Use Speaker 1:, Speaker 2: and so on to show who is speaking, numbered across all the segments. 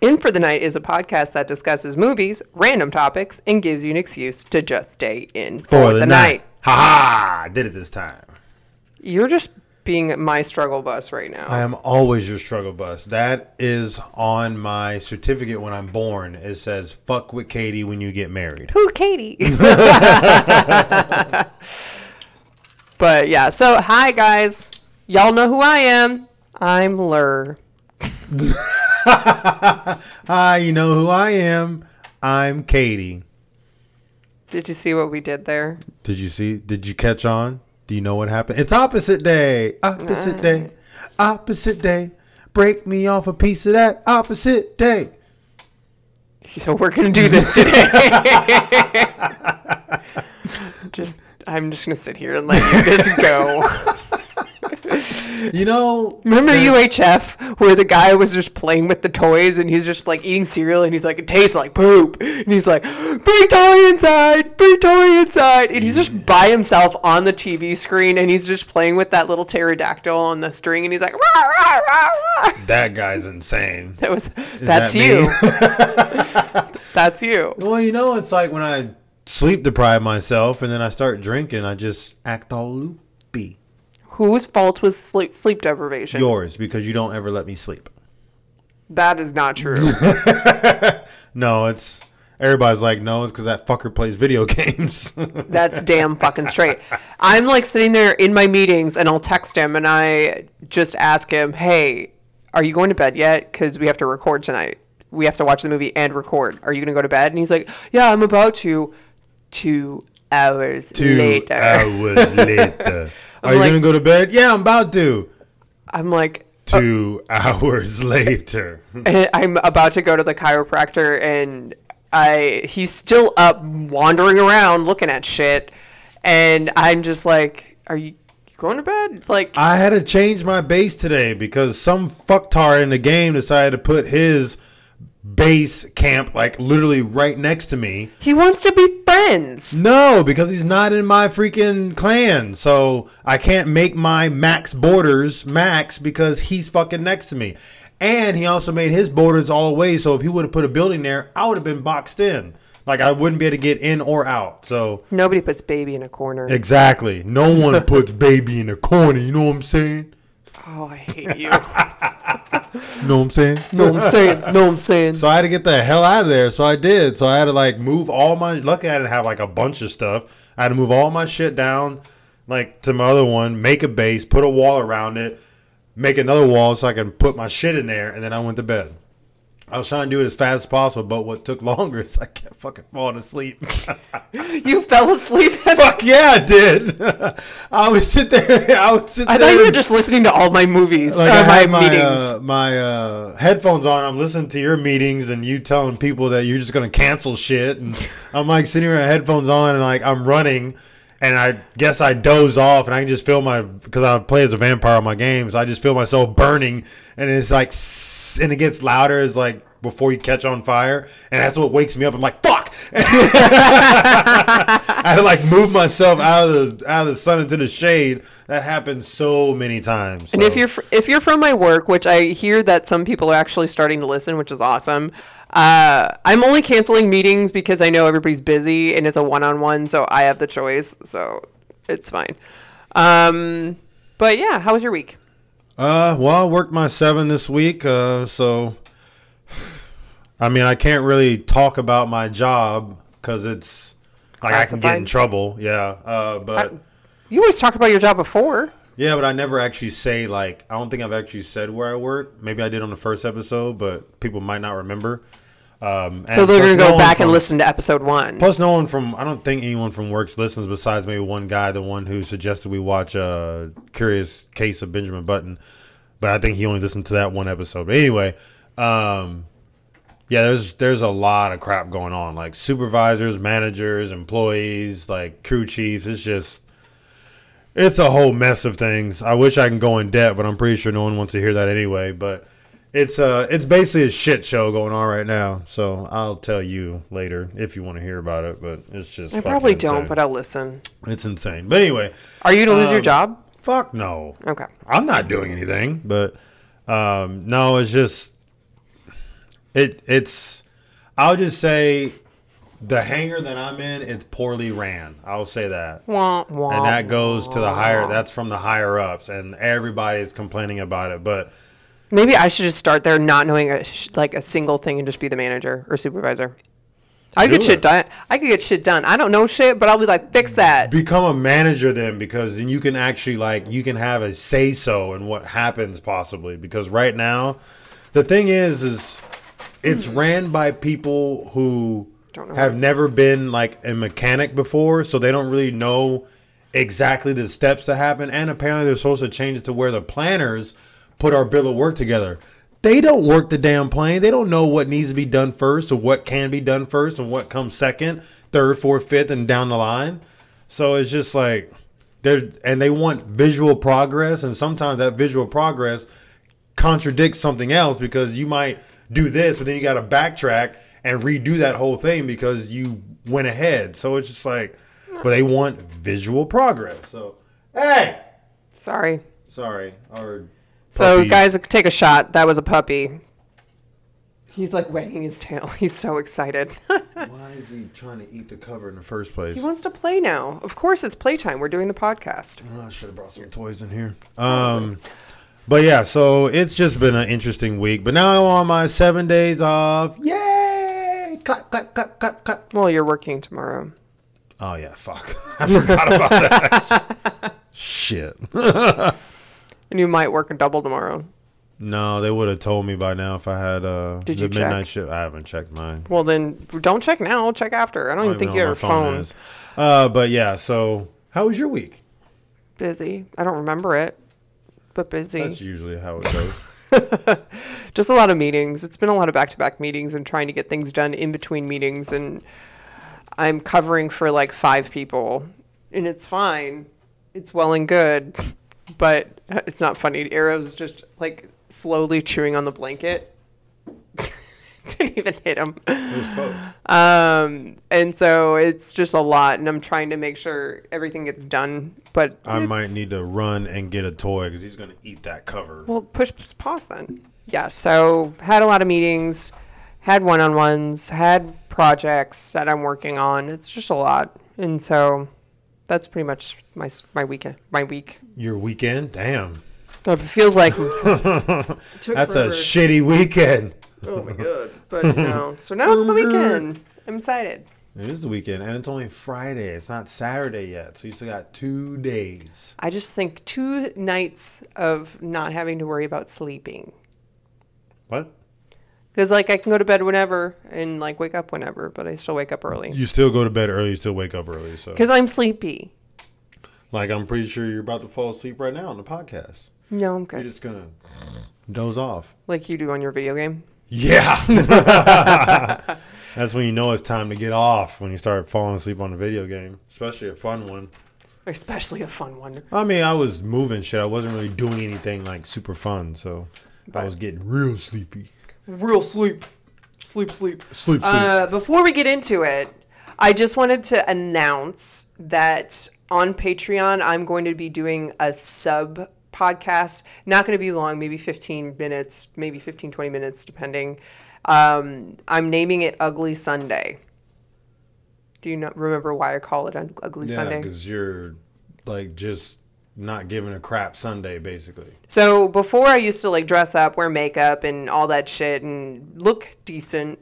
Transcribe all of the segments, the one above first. Speaker 1: In for the Night is a podcast that discusses movies, random topics, and gives you an excuse to just stay in for, the, night.
Speaker 2: Ha ha! I did it this time.
Speaker 1: You're just being my struggle bus right now.
Speaker 2: I am always your struggle bus. That is on my certificate when I'm born. It says, fuck with Katie when you get married.
Speaker 1: Ooh, Katie. but yeah, so hi guys. Y'all know who I am. I'm Lur.
Speaker 2: Hi, you know who I am. I'm Katie.
Speaker 1: Did you see what we did there?
Speaker 2: Did you see? Did you catch on? Do you know what happened? It's opposite day. Opposite day. Opposite day. Break me off a piece of that opposite day.
Speaker 1: So we're gonna do this today. just I'm just gonna sit here and let you just go.
Speaker 2: You know,
Speaker 1: Remember UHF where the guy was just playing with the toys and he's just like eating cereal and he's like, it tastes like poop. And he's like, free toy inside, free toy inside. And he's just by himself on the TV screen and he's just playing with that little pterodactyl on the string and he's like, rah, rah, rah, rah.
Speaker 2: that guy's insane.
Speaker 1: That was, that's
Speaker 2: that
Speaker 1: you. that's you.
Speaker 2: Well, you know, it's like when I sleep deprive myself and then I start drinking, I just act all loopy.
Speaker 1: Whose fault was sleep, sleep deprivation?
Speaker 2: Yours, because you don't ever let me sleep.
Speaker 1: that is not true.
Speaker 2: No, it's everybody's like, no, it's because that fucker plays video games.
Speaker 1: That's damn fucking straight. I'm like sitting there in my meetings and I'll text him and I just ask him, hey, are you going to bed yet? Because we have to record tonight. We have to watch the movie and record. Are you going to go to bed? And he's like, yeah, I'm about to. Two hours later.
Speaker 2: hours later. Are you
Speaker 1: like-
Speaker 2: gonna go to bed? Yeah, I'm about to.
Speaker 1: I'm like,
Speaker 2: Two hours later.
Speaker 1: I'm about to go to the chiropractor and I he's still up wandering around looking at shit. And I'm just like, are you going to bed? Like,
Speaker 2: I had to change my bass today because some fucktar in the game decided to put his base camp like literally right next to me.
Speaker 1: he wants to be friends.
Speaker 2: No, because he's not in my freaking clan. So I can't make my max borders max because he's fucking next to me. And he also made his borders all the way. So if he would have put a building there, I would have been boxed in. Like I wouldn't be able to get in or out. So
Speaker 1: Nobody puts baby in a corner.
Speaker 2: exactly. No one puts baby in a corner. You know what I'm saying?
Speaker 1: Oh, I hate you.
Speaker 2: You know what I'm saying?
Speaker 1: no, I'm saying. No, I'm saying.
Speaker 2: So I had to get the hell out of there. So I did. So I had to like move all my. Luckily, I didn't have like a bunch of stuff. I had to move all my shit down, like to my other one, make a base, put a wall around it, make another wall so I can put my shit in there, and then I went to bed. I was trying to do it as fast as possible, but what took longer is I kept fucking falling asleep.
Speaker 1: you fell asleep.
Speaker 2: Fuck yeah, I did. I would sit there. I would sit
Speaker 1: I
Speaker 2: there.
Speaker 1: thought you were just listening to all my movies,
Speaker 2: like
Speaker 1: uh,
Speaker 2: I
Speaker 1: my,
Speaker 2: had my
Speaker 1: meetings.
Speaker 2: uh, my uh, headphones on. I'm listening to your meetings and you telling people that you're just gonna cancel shit. And I'm like sitting here with headphones on and like I'm running, and I guess I doze off and I can just feel my because I play as a vampire on my games. I just feel myself burning, and it's like "Sss," and it gets louder as like before you catch on fire, and that's what wakes me up. I'm like fuck. I had to like move myself out of the out of the sun into the shade. That happened so many times.
Speaker 1: and if
Speaker 2: so.
Speaker 1: you're fr- if you're from my work, which I hear that some people are actually starting to listen, which is awesome. Uh, I'm only canceling meetings because I know everybody's busy and it's a one-on-one, so I have the choice, so it's fine. Um, but yeah, how was your week?
Speaker 2: Uh, well, I worked my seven this week, uh, so I mean, I can't really talk about my job because it's like I can get in
Speaker 1: Classified?
Speaker 2: trouble. Yeah, uh, but
Speaker 1: You always talk about your job before.
Speaker 2: yeah, but I never actually say like I don't think I've actually said where I work. Maybe I did on the first episode, but people might not remember. Um,
Speaker 1: So
Speaker 2: and
Speaker 1: they're
Speaker 2: plus
Speaker 1: gonna
Speaker 2: no
Speaker 1: go
Speaker 2: one
Speaker 1: back and
Speaker 2: from-
Speaker 1: listen to episode one.
Speaker 2: Plus, no one from I don't think anyone from Works listens besides maybe one guy, the one who suggested we watch uh, Curious Case of Benjamin Button. But I think he only listened to that one episode. But anyway, um, yeah, there's there's a lot of crap going on, like supervisors, managers, employees, like crew chiefs. It's just it's a whole mess of things. I wish I can go in depth, but I'm pretty sure no one wants to hear that anyway. But it's uh it's basically a shit show going on right now. So I'll tell you later if you want to hear about it. But it's just
Speaker 1: I probably don't, but I'll listen.
Speaker 2: it's insane. But anyway,
Speaker 1: Are you gonna lose your job?
Speaker 2: fuck no.
Speaker 1: Okay.
Speaker 2: I'm not doing anything, but um, no, it's just It it's I'll just say the hangar that I'm in, it's poorly ran. I'll say that.
Speaker 1: Wah, wah,
Speaker 2: and that goes to the higher that's from the higher ups and everybody is complaining about it but
Speaker 1: Maybe I should just start there, not knowing a, sh- like a single thing, and just be the manager or supervisor. I could
Speaker 2: Do
Speaker 1: get shit
Speaker 2: it.
Speaker 1: done. I could get shit done. I don't know shit, but I'll be like, fix that.
Speaker 2: become a manager then because then you can actually like you can have a say so in what happens possibly because right now the thing is is it's ran by people who
Speaker 1: Don't know.
Speaker 2: have never been like a mechanic before so they don't really know exactly the steps that happen and apparently there's supposed to change to where the planners put our bill of work together they don't work the damn plane they don't know what needs to be done first or what can be done first and what comes second third fourth fifth and down the line so it's just like they're and they want visual progress, and sometimes that visual progress contradicts something else because you might do this, but then you got to backtrack and redo that whole thing because you went ahead. So it's just like, but they want visual progress. So hey,
Speaker 1: Sorry.
Speaker 2: sorry, or
Speaker 1: So
Speaker 2: Puppy.
Speaker 1: guys, take a shot. That was a puppy. He's like wagging his tail. He's so excited.
Speaker 2: why is he trying to eat the cover in the first place?
Speaker 1: he wants to play now. Of course, it's playtime. We're doing the podcast.
Speaker 2: Oh, I should have brought some toys in here. Um, but yeah, so it's just been an interesting week. But now I'm on my seven days off. Yay! Clap, clap, clap, clap, clap.
Speaker 1: Well, you're working tomorrow.
Speaker 2: Oh yeah, fuck. I forgot about that. Shit.
Speaker 1: And you might work a double tomorrow.
Speaker 2: No, they would have told me by now if I had uh,
Speaker 1: Did
Speaker 2: the
Speaker 1: you check?
Speaker 2: midnight shift. I haven't checked mine.
Speaker 1: Well, then don't check now. Check after. I don't even
Speaker 2: I don't
Speaker 1: think
Speaker 2: know
Speaker 1: you have
Speaker 2: where
Speaker 1: a
Speaker 2: my
Speaker 1: phone.
Speaker 2: is. Uh, but yeah, so how was your week?
Speaker 1: Busy. I don't remember it, but busy.
Speaker 2: That's usually how it goes.
Speaker 1: just a lot of meetings. It's been a lot of back to back meetings and trying to get things done in between meetings. And I'm covering for like five people, and it's fine. It's well and good, but it's not funny. Arrow's just like slowly chewing on the blanket. Didn't even hit him.
Speaker 2: it was close.
Speaker 1: Um, and so it's just a lot, and I'm trying to make sure everything gets done. But
Speaker 2: I might
Speaker 1: it's-
Speaker 2: need to run and get a toy because he's gonna eat that cover.
Speaker 1: Well, push pause then. Yeah. So had a lot of meetings, had one on ones, had projects that I'm working on. It's just a lot, and so that's pretty much my s- my weekend my week.
Speaker 2: Your weekend? Damn.
Speaker 1: It feels like took
Speaker 2: That's a
Speaker 1: forever.
Speaker 2: shitty weekend.
Speaker 1: oh my god. But no. So now it's the weekend. I'm excited.
Speaker 2: It is the weekend, and it's only Friday. It's not Saturday yet, so you still got two days.
Speaker 1: I just think two nights of not having to worry about sleeping.
Speaker 2: What?
Speaker 1: Because like I can go to bed whenever and like wake up whenever, but I still wake up early
Speaker 2: You still go to bed early. You still wake up early. So,
Speaker 1: because I'm sleepy.
Speaker 2: like, I'm pretty sure you're about to fall asleep right now on the podcast.
Speaker 1: No, I'm
Speaker 2: You're
Speaker 1: good.
Speaker 2: just gonna doze off.
Speaker 1: Like you do on your video game.
Speaker 2: Yeah. That's when you know it's time to get off when you start falling asleep on a video game, especially a fun one.
Speaker 1: especially a fun one.
Speaker 2: I mean, I was moving shit. I wasn't really doing anything like super fun, so I was getting real sleepy.
Speaker 1: Real sleep, sleep, sleep.
Speaker 2: Sleep, sleep.
Speaker 1: Uh, before we get into it, I just wanted to announce that on Patreon, I'm going to be doing a sub podcast. Not going to be long, maybe 15 minutes, maybe 15, 20 minutes, depending. Um, I'm naming it Ugly Sunday. Do you not remember why I call it Ug- Ugly
Speaker 2: Yeah,
Speaker 1: Sunday?
Speaker 2: because you're like just not giving a crap Sunday, basically.
Speaker 1: So before I used to like dress up, wear makeup and all that shit and look decent.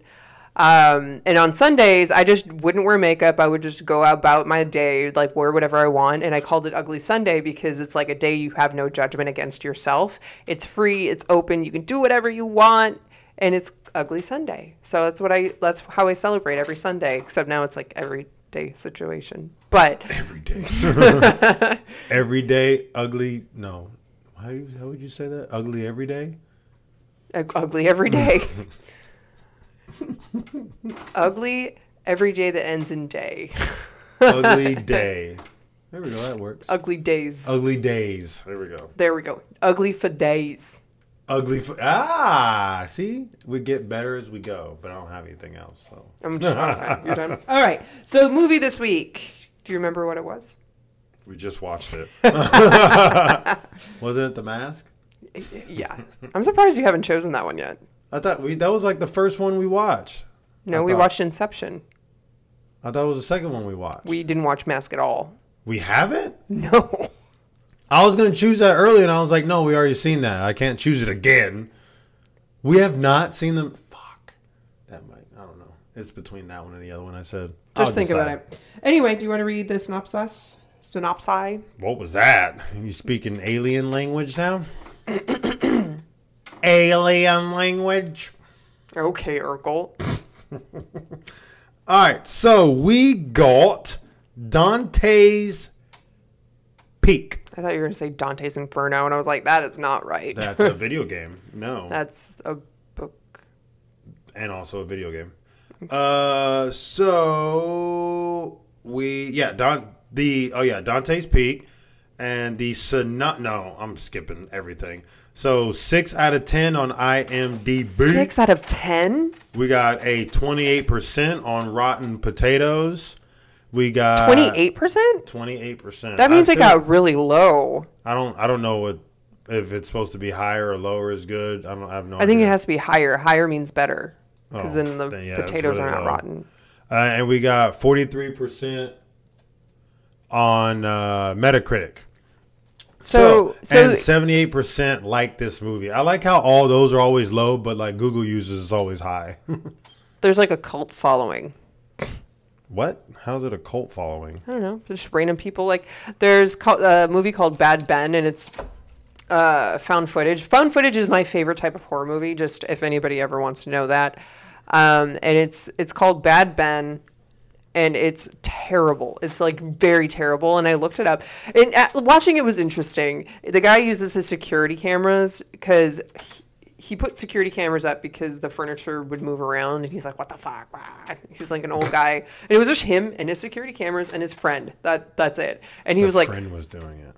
Speaker 1: Um, and on Sundays, I just wouldn't wear makeup. I would just go about my day, like wear whatever I want. And I called it Ugly Sunday because it's like a day you have no judgment against yourself. It's free, it's open, you can do whatever you want. And it's Ugly Sunday. So that's what I, that's how I celebrate every Sunday, except now it's like every day situation. But
Speaker 2: Every day. every day, ugly. No. How, do you, how would you say that? Ugly every day?
Speaker 1: Ug- ugly every day. ugly every day that ends in day.
Speaker 2: Ugly day. There we go. That works.
Speaker 1: Ugly days.
Speaker 2: ugly days. There we go.
Speaker 1: There we go. Ugly for days.
Speaker 2: Ugly. F- ah, see? We get better as we go, but I don't have anything else. So
Speaker 1: I'm just done. You're done. All right. So movie this week. Do you remember what it was?
Speaker 2: we just watched it. Wasn't it The Mask?
Speaker 1: Yeah. I'm surprised you haven't chosen that one yet.
Speaker 2: I thought we that was like the first one we watched.
Speaker 1: No,
Speaker 2: I
Speaker 1: we
Speaker 2: thought-
Speaker 1: watched Inception.
Speaker 2: I thought it was the second one we watched.
Speaker 1: We didn't watch Mask at all.
Speaker 2: we haven't.
Speaker 1: No.
Speaker 2: I was gonna choose that earlier, and I was like, no, we already seen that. I can't choose it again. We have not seen them. Fuck. That might. I don't know. It's between that one and the other one. I said.
Speaker 1: Just
Speaker 2: I'll
Speaker 1: think about
Speaker 2: decide.
Speaker 1: it. Anyway, do you want to read the synopsis? Synopsi?
Speaker 2: What was that? You speaking alien language now? alien language.
Speaker 1: Okay, Urkel.
Speaker 2: All right, so we got Dante's Peak.
Speaker 1: I thought you were going to say Dante's Inferno, and I was like, that is not right.
Speaker 2: That's a video game. No,
Speaker 1: That's a book.
Speaker 2: and also a video game. Uh, so we yeah Don the oh yeah Dante's Peak and the Sonat. No, I'm skipping everything. So six out of ten on IMDb.
Speaker 1: Six out of ten?
Speaker 2: We got a 28% on Rotten Potatoes. We got
Speaker 1: 28%?
Speaker 2: 28%.
Speaker 1: that means
Speaker 2: I
Speaker 1: it got really low.
Speaker 2: I don't I don't know what if it's supposed to be higher or lower is good. I don't I have no
Speaker 1: I think it has to be higher. Higher means better. Because
Speaker 2: Oh,
Speaker 1: then the
Speaker 2: then, yeah, it's
Speaker 1: potatoes
Speaker 2: really
Speaker 1: are not
Speaker 2: low.
Speaker 1: rotten.
Speaker 2: uh, and we got 43% on uh, Metacritic.
Speaker 1: So, so,
Speaker 2: and 78% like this movie. I like how all those are always low, but like Google users is always high.
Speaker 1: there's like a cult following.
Speaker 2: what? How's it a cult following?
Speaker 1: I don't know, just random people. Like there's co- a movie called Bad Ben, and it's uh, found footage. Found footage is my favorite type of horror movie. Just if anybody ever wants to know that, um, and it's it's called Bad Ben, and it's terrible. It's like very terrible. And I looked it up, and uh watching it was interesting. The guy uses his security cameras because. He, he put security cameras up because the furniture would move around, and he's like, "What the fuck?" Ah. He's like an old guy, and it was just him and his security cameras and his friend. That that's it. And he was like,
Speaker 2: friend was doing it.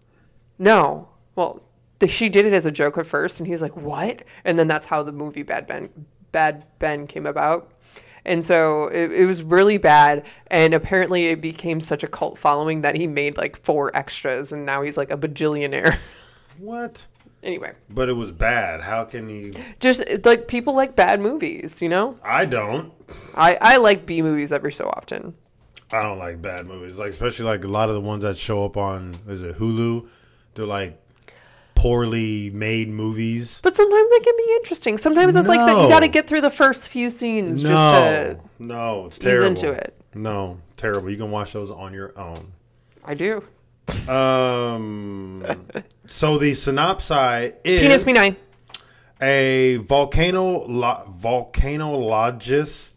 Speaker 1: no. Well, the, she did it as a joke at first, and he was like, "What?" And then that's how the movie Bad Ben Bad Ben came about. And so it, it was really bad, and apparently it became such a cult following that he made like four extras, and now he's like a bajillionaire.
Speaker 2: What?
Speaker 1: anyway,
Speaker 2: But it was bad. How can you
Speaker 1: just like people like bad movies, you know.
Speaker 2: I don't.
Speaker 1: I I like B movies every so often.
Speaker 2: I don't like bad movies, like especially like a lot of the ones that show up on is it Hulu? They're like poorly made movies.
Speaker 1: But sometimes they can be interesting. Sometimes it's like that you
Speaker 2: No.
Speaker 1: got to get through the first few scenes
Speaker 2: No,
Speaker 1: just to.
Speaker 2: no, it's terrible.
Speaker 1: into it.
Speaker 2: No, terrible. You can watch those on your own.
Speaker 1: I do.
Speaker 2: Um, so the synopsis is
Speaker 1: Penis me nine.
Speaker 2: a volcano lo- volcanologist.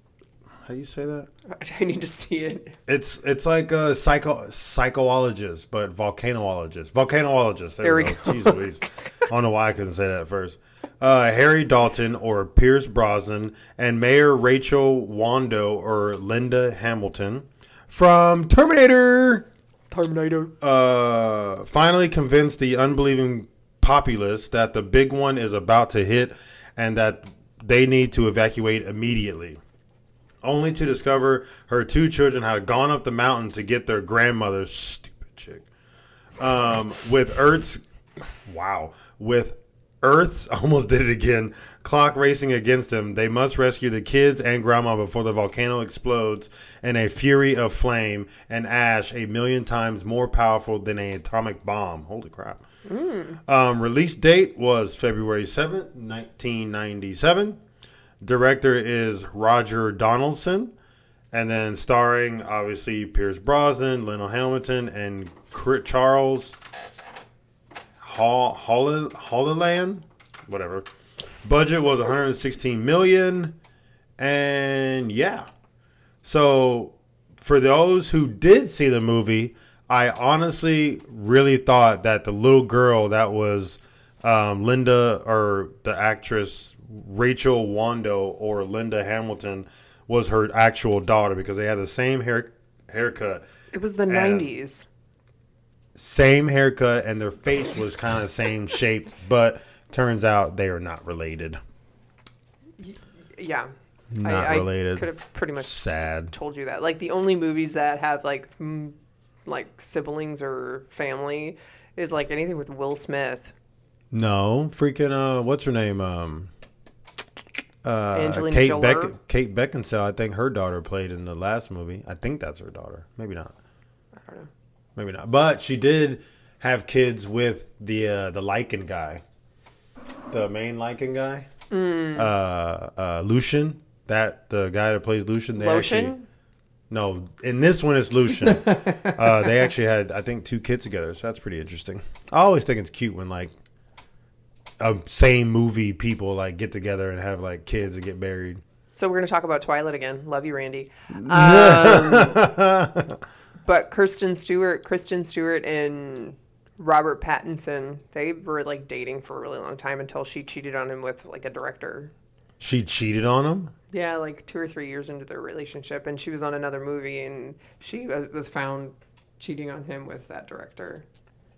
Speaker 2: How do you say that?
Speaker 1: I need to see it.
Speaker 2: It's it's like a psycho psychologist, but volcanologist. Volcanologist. There,
Speaker 1: There
Speaker 2: we
Speaker 1: we
Speaker 2: go. Jeez Louise. I don't know why I couldn't say that at first. Uh, Harry Dalton or Pierce Brosnan and Mayor Rachel Wando or Linda Hamilton from Terminator
Speaker 1: Terminator.
Speaker 2: uh, finally convinced the unbelieving populace that the big one is about to hit and that they need to evacuate immediately. Only to discover her two children had gone up the mountain to get their grandmother, stupid chick, um, with Earth's, wow, with Earth's, almost did it again, clock racing against them. They must rescue the kids and grandma before the volcano explodes in a fury of flame and ash a million times more powerful than an atomic bomb. Holy crap. Um, release date was February 7th, 1997. Director is Roger Donaldson. And then starring, obviously, Pierce Brosnan, Lionel Hamilton, and Cri- Charles Hall- Holli- Holliland. Whatever. Budget was 116 million. And yeah. So for those who did see the movie, I honestly really thought that the little girl that was um, Linda or the actress Rachel Wando or Linda Hamilton was her actual daughter because they had the same hair haircut,
Speaker 1: It was the nineties.
Speaker 2: same haircut, and their face was kind of same shaped, but turns out they are not related.
Speaker 1: Yeah.
Speaker 2: Not related.
Speaker 1: Could have pretty much
Speaker 2: Sad.
Speaker 1: told you that. Like the only movies that have like mm, like siblings or family is like anything with Will Smith.
Speaker 2: No, freaking uh, what's her name? Um, Uh,
Speaker 1: Angelina
Speaker 2: Kate,
Speaker 1: Jolie.
Speaker 2: Beck- Kate Beckinsale, I think her daughter played in the last movie. I think that's her daughter. Maybe not.
Speaker 1: I don't know.
Speaker 2: Maybe not. But she did have kids with the uh, the Lycan guy, the main Lycan guy,
Speaker 1: Mm.
Speaker 2: uh, uh, Lucian. That the guy that plays Lucian. They
Speaker 1: Lotion?
Speaker 2: Actually, no, in this one it's Lucian. uh, they actually had I think two kids together, so that's pretty interesting. I always think it's cute when like a same movie people like get together and have like kids and get married.
Speaker 1: So we're going to talk about Twilight again. Love you, Randy. Um, but Kristen Stewart, Kristen Stewart and Robert Pattinson, they were like dating for a really long time until she cheated on him with like a director.
Speaker 2: She cheated on him.
Speaker 1: Yeah, like two or three years into their relationship, and she was on another movie, and she uh, was found cheating on him with that director,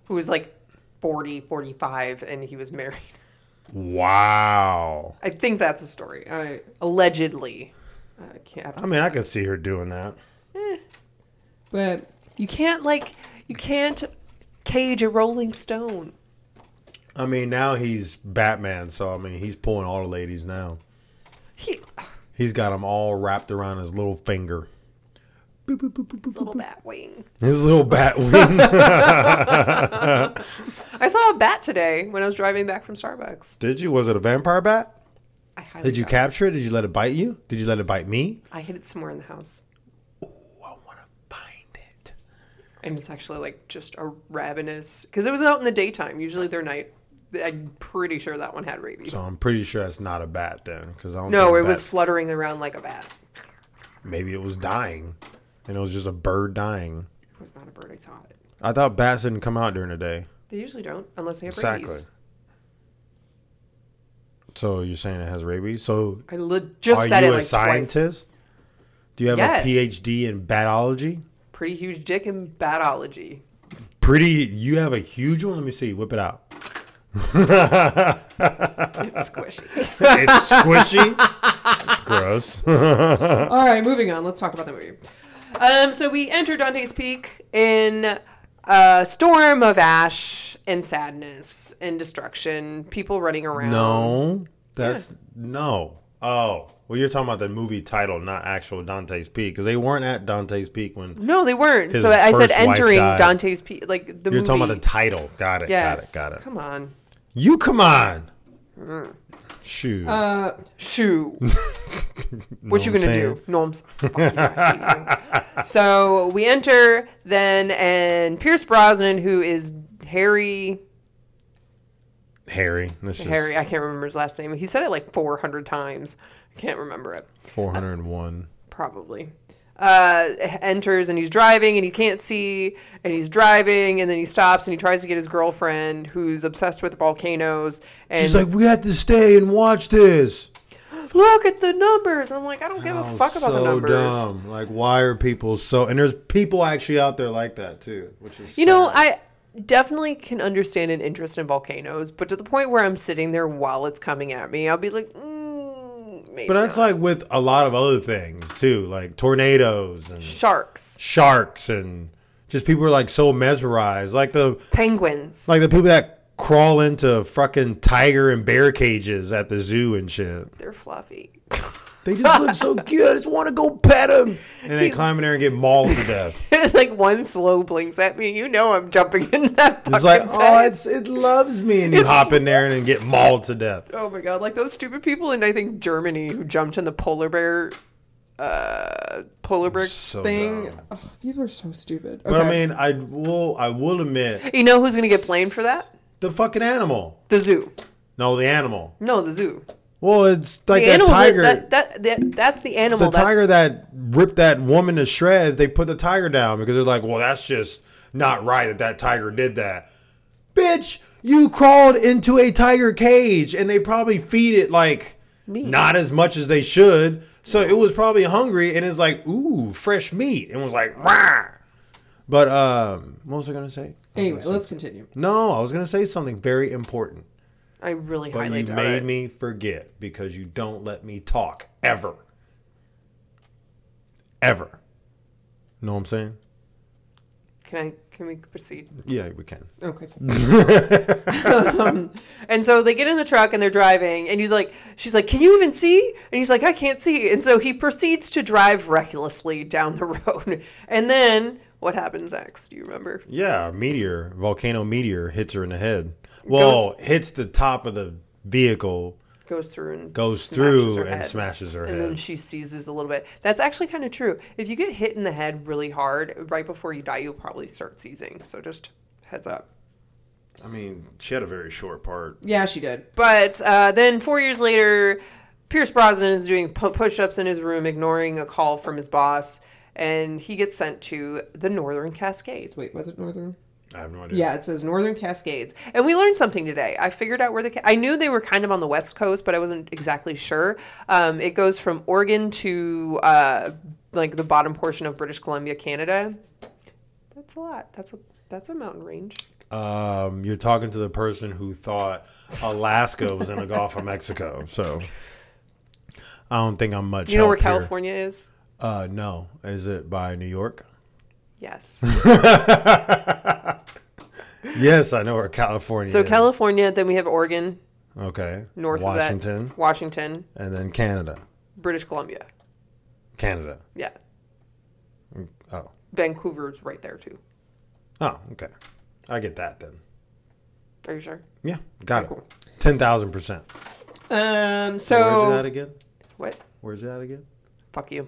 Speaker 1: who was like 40, 45, and he was married.
Speaker 2: Wow.
Speaker 1: I think that's a story. I, allegedly. I can't.
Speaker 2: I mean, I could see her doing that.
Speaker 1: But you can't like you can't cage a Rolling Stone.
Speaker 2: I mean, now he's Batman, so I mean, he's pulling all the ladies now.
Speaker 1: He,
Speaker 2: He's got them all wrapped around his little finger,
Speaker 1: his little bat wing.
Speaker 2: his little bat wing.
Speaker 1: I saw a bat today when I was driving back from Starbucks.
Speaker 2: Did you? Was it a vampire bat?
Speaker 1: I highly
Speaker 2: Did you
Speaker 1: doubt-
Speaker 2: capture it? Did you let it bite you? Did you let it bite me?
Speaker 1: I hid it somewhere in the house,
Speaker 2: I want to find it.
Speaker 1: and it's actually like just a ravenous because it was out in the daytime. Usually they're night. I'm pretty sure that one had rabies.
Speaker 2: So I'm pretty sure that's not a bat then, because I don't.
Speaker 1: no,
Speaker 2: think
Speaker 1: it was
Speaker 2: bat-
Speaker 1: fluttering around like a bat.
Speaker 2: Maybe it was dying, and it was just a bird dying.
Speaker 1: It was not a bird. I saw it.
Speaker 2: I thought bats didn't come out during the day.
Speaker 1: They usually don't unless they have
Speaker 2: Exactly.
Speaker 1: rabies.
Speaker 2: So you're saying it has rabies? So
Speaker 1: I le- just
Speaker 2: are
Speaker 1: said
Speaker 2: you
Speaker 1: it
Speaker 2: a
Speaker 1: like
Speaker 2: scientist?
Speaker 1: twice.
Speaker 2: Do you have
Speaker 1: Yes.
Speaker 2: a PhD in batology?
Speaker 1: Pretty huge dick in batology.
Speaker 2: Pretty, you have a huge one. Let me see. Whip it out.
Speaker 1: It's squishy.
Speaker 2: It's squishy. it's gross.
Speaker 1: All right, moving on. Let's talk about the movie. Um, so we enter Dante's Peak in a storm of ash and sadness and destruction. People running around. Um,
Speaker 2: No, that's no. Oh, well, you're talking about the movie title, not actual Dante's Peak, because they weren't at Dante's Peak when
Speaker 1: No, they weren't.
Speaker 2: His
Speaker 1: so I said
Speaker 2: first wife
Speaker 1: entering
Speaker 2: died.
Speaker 1: Dante's Peak, like the
Speaker 2: you're
Speaker 1: movie.
Speaker 2: talking about the title. Got it.
Speaker 1: yes.
Speaker 2: Got it. Got it.
Speaker 1: Come Mm. on.
Speaker 2: You come on. Shoot.
Speaker 1: Uh, Shoo. what you
Speaker 2: what I'm
Speaker 1: gonna do? No, I'm. s- fuck you, I hate you. So we enter then, and Pierce Brosnan, who is Harry
Speaker 2: Harry. This is
Speaker 1: Harry, I can't remember his last name. He said it like 400 times. I can't remember it.
Speaker 2: 401.
Speaker 1: Probably. Uh, enters and he's driving and he can't see and he's driving and then he stops and he tries to get his girlfriend who's obsessed with volcanoes and
Speaker 2: She's like, we have to stay and watch this.
Speaker 1: look at the numbers. And I'm like, I don't give a
Speaker 2: Oh,
Speaker 1: fuck about the
Speaker 2: so
Speaker 1: numbers.
Speaker 2: dumb. Like, why are people so? And there's people actually out there like that too, which is
Speaker 1: You know,
Speaker 2: sad.
Speaker 1: I definitely can understand an interest in volcanoes, but to the point where I'm sitting there while it's coming at me, I'll be like, mm, maybe
Speaker 2: But that's
Speaker 1: not."
Speaker 2: like with a lot of other things too, like tornadoes and
Speaker 1: sharks,
Speaker 2: sharks and just people are like so mesmerized, like the
Speaker 1: penguins.
Speaker 2: like the people that crawl into fucking tiger and bear cages at the zoo and shit.
Speaker 1: They're fluffy.
Speaker 2: They just look so cute. I just want to go pet them, and they climb in there and get mauled to death.
Speaker 1: like one slow blinks at me, you know I'm jumping in that fucking
Speaker 2: It's like, oh,
Speaker 1: bed.
Speaker 2: it's it loves me, and you hop in there and then get mauled to death.
Speaker 1: Oh my god, like those stupid people in I think Germany who jumped in the polar bear uh polar bear
Speaker 2: So
Speaker 1: thing.
Speaker 2: dumb.
Speaker 1: Ugh, people are so stupid.
Speaker 2: But I
Speaker 1: Okay.
Speaker 2: mean, I will I will admit
Speaker 1: you know who's going to get blamed for that?
Speaker 2: the fucking animal.
Speaker 1: The zoo.
Speaker 2: No, the animal.
Speaker 1: No, the zoo.
Speaker 2: Well, it's like
Speaker 1: The
Speaker 2: that
Speaker 1: animals
Speaker 2: tiger.
Speaker 1: that, that that that's the animal
Speaker 2: the
Speaker 1: that's
Speaker 2: tiger that ripped that woman to shreds, they put the tiger down because they're like, well, that's just not right that that tiger did that. Bitch, you crawled into a tiger cage and they probably feed it like not as much as they should. So it was probably hungry and it's like, ooh, fresh meat. And was like, rah. But um, what was I going to say?
Speaker 1: Anyway, let's continue.
Speaker 2: No, I was going to say something very important.
Speaker 1: I really
Speaker 2: But
Speaker 1: highly
Speaker 2: you
Speaker 1: doubt
Speaker 2: made
Speaker 1: it.
Speaker 2: me forget because you don't let me talk ever. Ever. Know what I'm saying?
Speaker 1: Can I? Can we proceed?
Speaker 2: Yeah, we can.
Speaker 1: Okay. Um, and so they get in the truck and they're driving, and he's like, she's like, can you even see? And he's like, I can't see. And so he proceeds to drive recklessly down the road. And then what happens next? Do you remember?
Speaker 2: Yeah, meteor, volcano meteor hits her in the head. Well, hits the top of the vehicle,
Speaker 1: Goes through and
Speaker 2: goes
Speaker 1: smashes
Speaker 2: through
Speaker 1: her
Speaker 2: and
Speaker 1: head.
Speaker 2: smashes her
Speaker 1: And then
Speaker 2: head.
Speaker 1: she seizes a little bit. That's actually kind of true. If you get hit in the head really hard right before you die, you'll probably start seizing. So just heads up.
Speaker 2: I mean, she had a very short part.
Speaker 1: Yeah, she did. But uh, then four years later, Pierce Brosnan is doing pu- push-ups in his room, ignoring a call from his boss, and he gets sent to the Northern Cascades. Wait, was it Northern?
Speaker 2: I have no idea.
Speaker 1: Yeah, it says Northern Cascades. And we learned something today. I figured out where the. Ca- I knew they were kind of on the West Coast, but I wasn't exactly sure. Um, it goes from Oregon to uh, like the bottom portion of British Columbia, Canada. That's a lot. That's a that's a mountain range.
Speaker 2: Um, you're talking to the person who thought Alaska was in the Gulf of Mexico. So I don't think I'm much.
Speaker 1: You know where
Speaker 2: help here.
Speaker 1: California is?
Speaker 2: Uh, no. Is it by New York?
Speaker 1: Yes.
Speaker 2: Yes, I know where California.
Speaker 1: So
Speaker 2: is.
Speaker 1: California, then we have Oregon,
Speaker 2: Okay.
Speaker 1: north
Speaker 2: Washington,
Speaker 1: of that, Washington,
Speaker 2: and then Canada.
Speaker 1: British Columbia.
Speaker 2: Canada.
Speaker 1: Yeah,
Speaker 2: Oh.
Speaker 1: Vancouver's right there too.
Speaker 2: Oh. Okay. I get that then.
Speaker 1: Are you sure?
Speaker 2: Yeah. Got
Speaker 1: Cool.
Speaker 2: it. Ten thousand percent.
Speaker 1: Um.
Speaker 2: Where's it at
Speaker 1: So
Speaker 2: again?
Speaker 1: what?
Speaker 2: Where's it at again?
Speaker 1: Fuck you.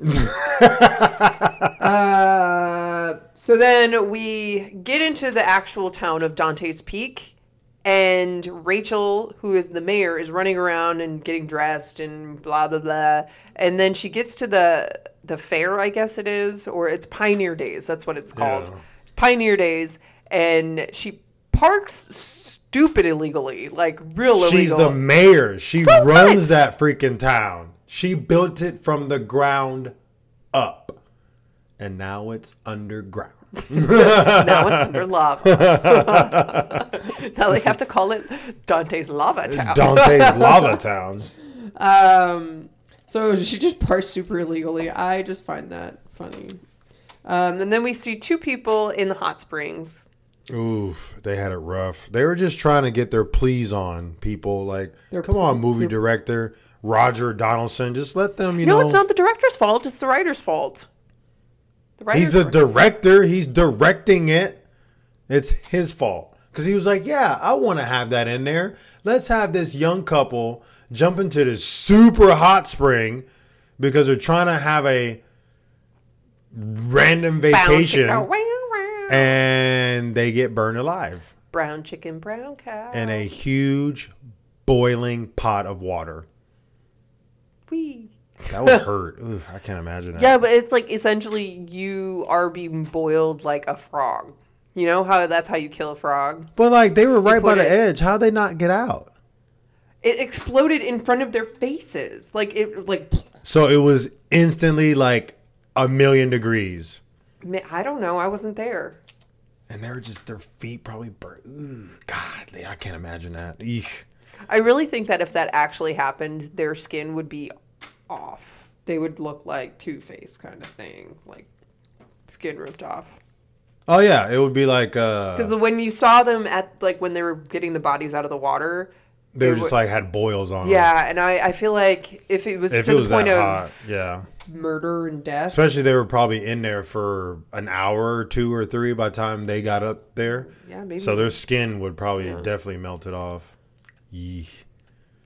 Speaker 1: uh, so then we get into the actual town of Dante's Peak, and Rachel, who is the mayor, is running around and getting dressed and blah blah blah. And then she gets to the the fair, I guess it is, or it's Pioneer Days. That's what it's called.
Speaker 2: Yeah.
Speaker 1: It's Pioneer Days, and she parks stupid illegally, like real illegal.
Speaker 2: She's the mayor. She
Speaker 1: So
Speaker 2: runs
Speaker 1: what?
Speaker 2: that freaking town. She built it from the ground up. And now it's underground.
Speaker 1: Now it's under lava. now they have to call it Dante's Lava Town.
Speaker 2: Dante's Lava Town.
Speaker 1: Um, so she just parts super illegally. I just find that funny. Um, and then we see two people in the hot springs.
Speaker 2: Oof, they had it rough. They were just trying to get their pleas on people. Like, come on, movie director Roger Donaldson, just let them. You
Speaker 1: No,
Speaker 2: know,
Speaker 1: it's not the director's fault. It's the writer's fault. The writer's
Speaker 2: He's the
Speaker 1: fault.
Speaker 2: director. He's directing it. It's his fault because he was like, "Yeah, I want to have that in there. Let's have this young couple jump into this super hot spring because they're trying to have a random
Speaker 1: brown
Speaker 2: vacation,
Speaker 1: chicken, wow, wow.
Speaker 2: and they get burned alive."
Speaker 1: brown chicken, brown cow.
Speaker 2: in a huge boiling pot of water.
Speaker 1: Wee.
Speaker 2: That would hurt. Oof, I can't imagine that.
Speaker 1: Yeah, but it's like essentially you are being boiled like a frog. You know how that's how you kill a frog.
Speaker 2: But like they were right by
Speaker 1: put
Speaker 2: the
Speaker 1: it-
Speaker 2: edge. How'd they not get out?
Speaker 1: it exploded in front of their faces. Like it, like
Speaker 2: So it was instantly like a million degrees.
Speaker 1: ma- I don't know. I wasn't there.
Speaker 2: And they were just their feet probably burnt. Ooh, God, they- I can't imagine that. Eek.
Speaker 1: I really think that if that actually happened, their skin would be off. They would look like Two Face kind of thing, like skin ripped off.
Speaker 2: Oh yeah, it would be like uh,
Speaker 1: Because when you saw them at like when they were getting the bodies out of the water,
Speaker 2: they were
Speaker 1: it
Speaker 2: just
Speaker 1: wa-
Speaker 2: like had boils on. them.
Speaker 1: yeah. And I, I feel like if it was
Speaker 2: Uh. if
Speaker 1: to
Speaker 2: it
Speaker 1: the
Speaker 2: was that
Speaker 1: point of
Speaker 2: hot, yeah.
Speaker 1: murder and death,
Speaker 2: Especially they were probably in there for an hour or two or three by the time they got up there.
Speaker 1: Yeah, maybe.
Speaker 2: So their skin would probably definitely melted off. Yee.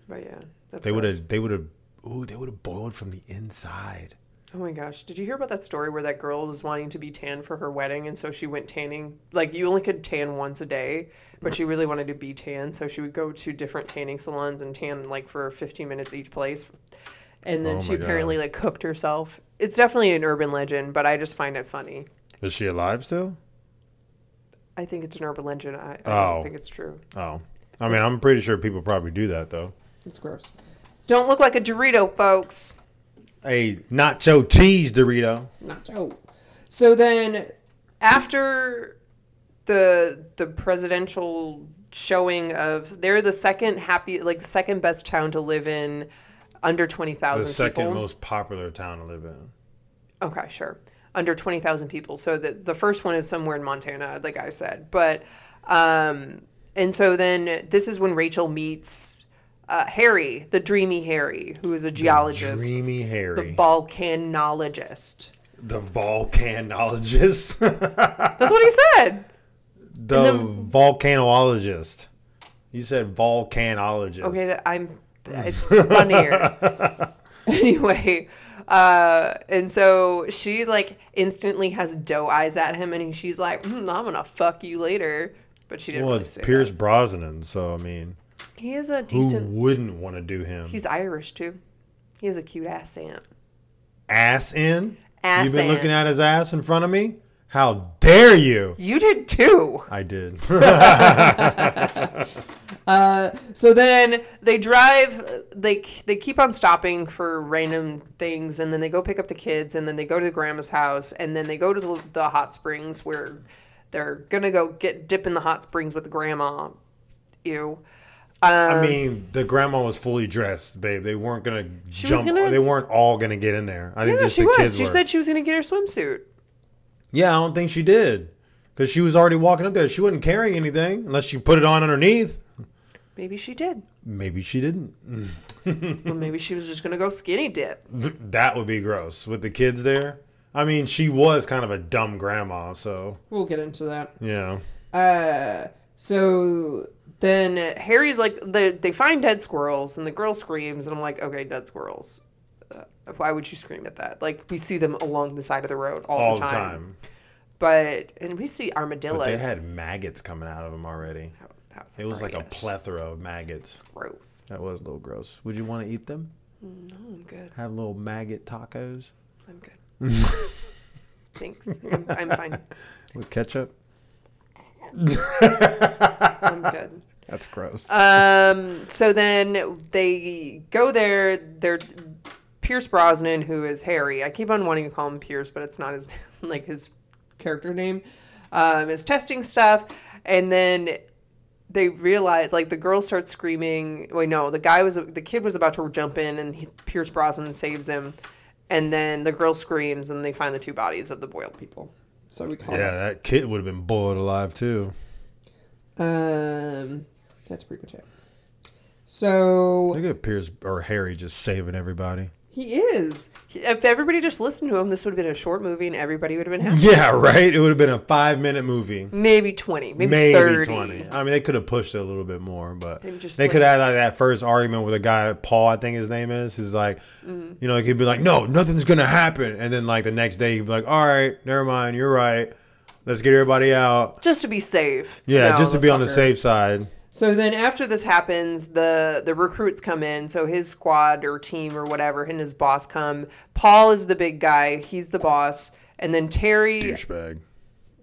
Speaker 1: but yeah, that's
Speaker 2: They would
Speaker 1: gross.
Speaker 2: have they would have ooh, they would have boiled from the inside.
Speaker 1: Oh my gosh, did you hear about that story where that girl was wanting to be tan for her wedding and so she went tanning? Like you only could tan once a day, but she really wanted to be tan, so she would go to different tanning salons and tan like for 15 minutes each place. And then
Speaker 2: Oh
Speaker 1: she
Speaker 2: my God.
Speaker 1: apparently like cooked herself. It's definitely an urban legend, but I just find it funny.
Speaker 2: Is she alive still?
Speaker 1: I think it's an urban legend. I, I
Speaker 2: Oh.
Speaker 1: don't think it's true.
Speaker 2: Oh. I mean, I'm pretty sure people probably do that though.
Speaker 1: It's gross. Don't look like a Dorito, folks.
Speaker 2: Hey, nacho cheese Dorito.
Speaker 1: Nacho. Oh, So then, after the the presidential showing of they're the second happy, like the second best town to live in, under twenty
Speaker 2: The
Speaker 1: thousand
Speaker 2: second
Speaker 1: people.
Speaker 2: most popular town to live in.
Speaker 1: okay, sure. under 20,000 people. So the, the first one is somewhere in Montana, like I said. But, um, and so then this is when Rachel meets uh, Harry, the dreamy Harry, who is a geologist,
Speaker 2: Dreamy Harry,
Speaker 1: the volcanologist.
Speaker 2: the volcanologist,
Speaker 1: That's what he said.
Speaker 2: the volcanologist. You said volcanologist.
Speaker 1: Okay, that- I'm. It's funnier. anyway, uh, and so she like instantly has doe eyes at him, and he, she's like, "Mm, "I'm gonna fuck you later," but she didn't.
Speaker 2: Well,
Speaker 1: really
Speaker 2: it's
Speaker 1: say
Speaker 2: Pierce Brosnan, so I mean,
Speaker 1: that. He is a
Speaker 2: who
Speaker 1: decent.
Speaker 2: wouldn't want to do him?
Speaker 1: He's Irish too. He has a cute ass aunt.
Speaker 2: ass in.
Speaker 1: Ass
Speaker 2: You've been
Speaker 1: in.
Speaker 2: looking at his ass in front of me. How dare you?
Speaker 1: You did too.
Speaker 2: I did.
Speaker 1: So then they drive. They they keep on stopping for random things, and then they go pick up the kids, and then they go to grandma's house, and then they go to the, the hot springs where they're gonna go get dip in the hot springs with grandma. Ew. Uh,
Speaker 2: I mean, the grandma was fully dressed, babe. They weren't gonna
Speaker 1: was
Speaker 2: jump.
Speaker 1: gonna-
Speaker 2: They weren't all gonna get in there. I think
Speaker 1: Yeah,
Speaker 2: just
Speaker 1: she
Speaker 2: the
Speaker 1: was.
Speaker 2: kids
Speaker 1: She
Speaker 2: were.
Speaker 1: said she was gonna get her swimsuit.
Speaker 2: Yeah, I don't think she did, because she was already walking up there. She wasn't carrying anything unless she put it on underneath.
Speaker 1: Maybe she did.
Speaker 2: Maybe she didn't.
Speaker 1: Or maybe she was just gonna go skinny dip.
Speaker 2: That would be gross with the kids there. I mean, she was kind of a dumb grandma, so
Speaker 1: We'll get into that.
Speaker 2: yeah.
Speaker 1: So then Harry's like, the, they find dead squirrels, and the girl screams, and I'm like, okay, dead squirrels. Uh, why would you scream at that? Like, we see them along the side of the road all,
Speaker 2: All
Speaker 1: the, time. But, and we see armadillos. Oh,
Speaker 2: They had maggots coming out of them already.
Speaker 1: that was
Speaker 2: It was like a
Speaker 1: horrendous.
Speaker 2: plethora of maggots.
Speaker 1: gross.
Speaker 2: That was a little gross. Would you want to eat them?
Speaker 1: I'm good.
Speaker 2: Have little maggot tacos
Speaker 1: I'm good. Thanks. I'm, I'm fine.
Speaker 2: with ketchup?
Speaker 1: I'm good.
Speaker 2: That's gross.
Speaker 1: Um, so then they go there. They're Pierce Brosnan, who is Harry. I keep on wanting to call him Pierce, but it's not his like his character name. Um, is testing stuff, and then they realize like the girl starts screaming. Wait, no, the guy was the kid was about to jump in, and he, Pierce Brosnan saves him. And then the girl screams, and they find the two bodies of the boiled people. So we call
Speaker 2: yeah, that kid would have been boiled alive too.
Speaker 1: Um, that's pretty much it. So
Speaker 2: Look at Pierce or Harry just saving everybody.
Speaker 1: He is. He- If everybody just listened to him, this would have been a short movie and everybody would have been happy.
Speaker 2: Yeah, right. It would have been a five minute movie.
Speaker 1: Maybe 20, maybe,
Speaker 2: Maybe
Speaker 1: 30.
Speaker 2: 20. I mean, they could have pushed it a little bit more, but
Speaker 1: And just
Speaker 2: they
Speaker 1: like-
Speaker 2: could have had like, that first argument with a guy, Paul, I think his name is. He's like,
Speaker 1: Mm-hmm.
Speaker 2: you know, he could be like, no, nothing's going to happen. And then, like, the next day, he'd be like, all right, never mind. You're right. Let's get everybody out.
Speaker 1: Just to be safe.
Speaker 2: Yeah,
Speaker 1: No,
Speaker 2: just to be on the
Speaker 1: fucker.
Speaker 2: safe side.
Speaker 1: So then after this happens, the the recruits come in, so his squad or team or whatever, and his boss come. Paul is the big guy, he's the boss, and then Terry
Speaker 2: Douchebag.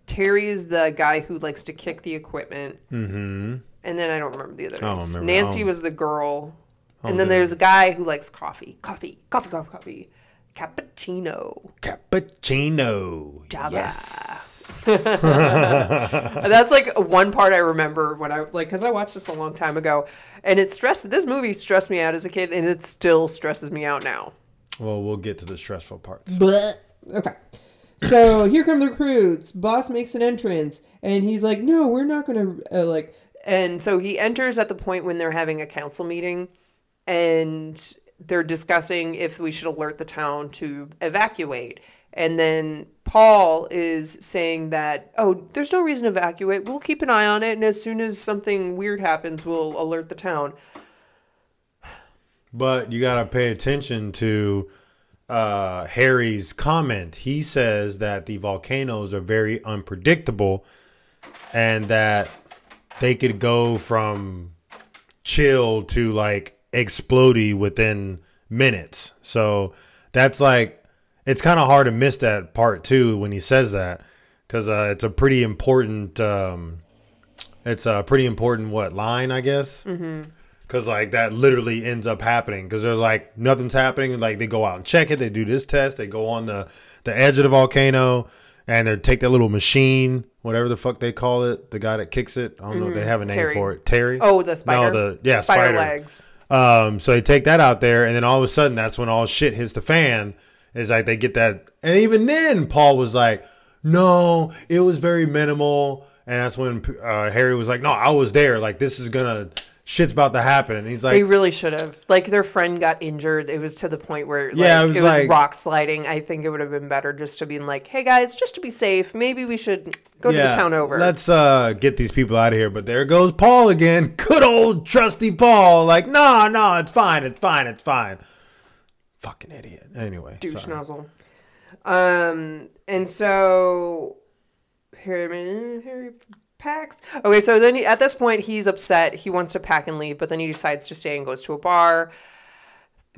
Speaker 1: Terry is the guy who likes to kick the equipment. Mm-hmm. And then I don't remember the other
Speaker 2: don't
Speaker 1: names.
Speaker 2: remember.
Speaker 1: Nancy
Speaker 2: Oh.
Speaker 1: was the girl. And then there's a guy who likes coffee. Coffee. Coffee, coffee, coffee. Cappuccino.
Speaker 2: Cappuccino.
Speaker 1: Java.
Speaker 2: Yes.
Speaker 1: That's like one part I remember when I like because I watched this a long time ago, and it stressed. This movie stressed me out as a kid, and it still stresses me out now.
Speaker 2: Well, we'll get to the stressful parts.
Speaker 3: Okay. So here come the recruits. Boss makes an entrance, and he's like, "No, we're not gonna uh, like."
Speaker 1: And so he enters at the point when they're having a council meeting, and they're discussing if we should alert the town to evacuate. And then Paul is saying that, oh, there's no reason to evacuate. We'll keep an eye on it, and as soon as something weird happens, we'll alert the town.
Speaker 2: But you got to pay attention to uh, Harry's comment. He says that the volcanoes are very unpredictable and that they could go from chill to like explodey within minutes. So that's like, it's kind of hard to miss that part too when he says that because uh, it's a pretty important. Um, it's a pretty important what line, I guess. Cause like that literally ends up happening. Cause there's like nothing's happening. Like they go out and check it. They do this test. They go on the the edge of the volcano and they take that little machine, whatever the fuck they call it, the guy that kicks it. I don't know if they have a name
Speaker 1: Terry.
Speaker 2: for it. Terry.
Speaker 1: Oh, the spider.
Speaker 2: No, the yeah
Speaker 1: spider legs.
Speaker 2: Um, so they take that out there, and then all of a sudden, that's when all shit hits the fan, It's like they get that, and even then, Paul was like, "No, it was very minimal." And that's when uh, Harry was like, "No, I was there. Like this is gonna shit's about to happen." And he's like,
Speaker 1: They really should have. Like their friend got injured. It was to the point where like,
Speaker 2: Yeah,
Speaker 1: it
Speaker 2: it
Speaker 1: was,
Speaker 2: was like-
Speaker 1: rock sliding. I think it would have been better just to be like, hey guys, just to be safe, maybe we should go to the town over.
Speaker 2: Let's uh, get these people out of here. But there goes Paul again. Good old trusty Paul. Like, nah, nah, it's fine, it's fine, it's fine. Fucking idiot. Anyway.
Speaker 1: douche
Speaker 2: sorry.
Speaker 1: nozzle. Um, and so Harry, Harry packs. Okay, so then he, at this point he's upset. He wants to pack and leave, but then he decides to stay and goes to a bar.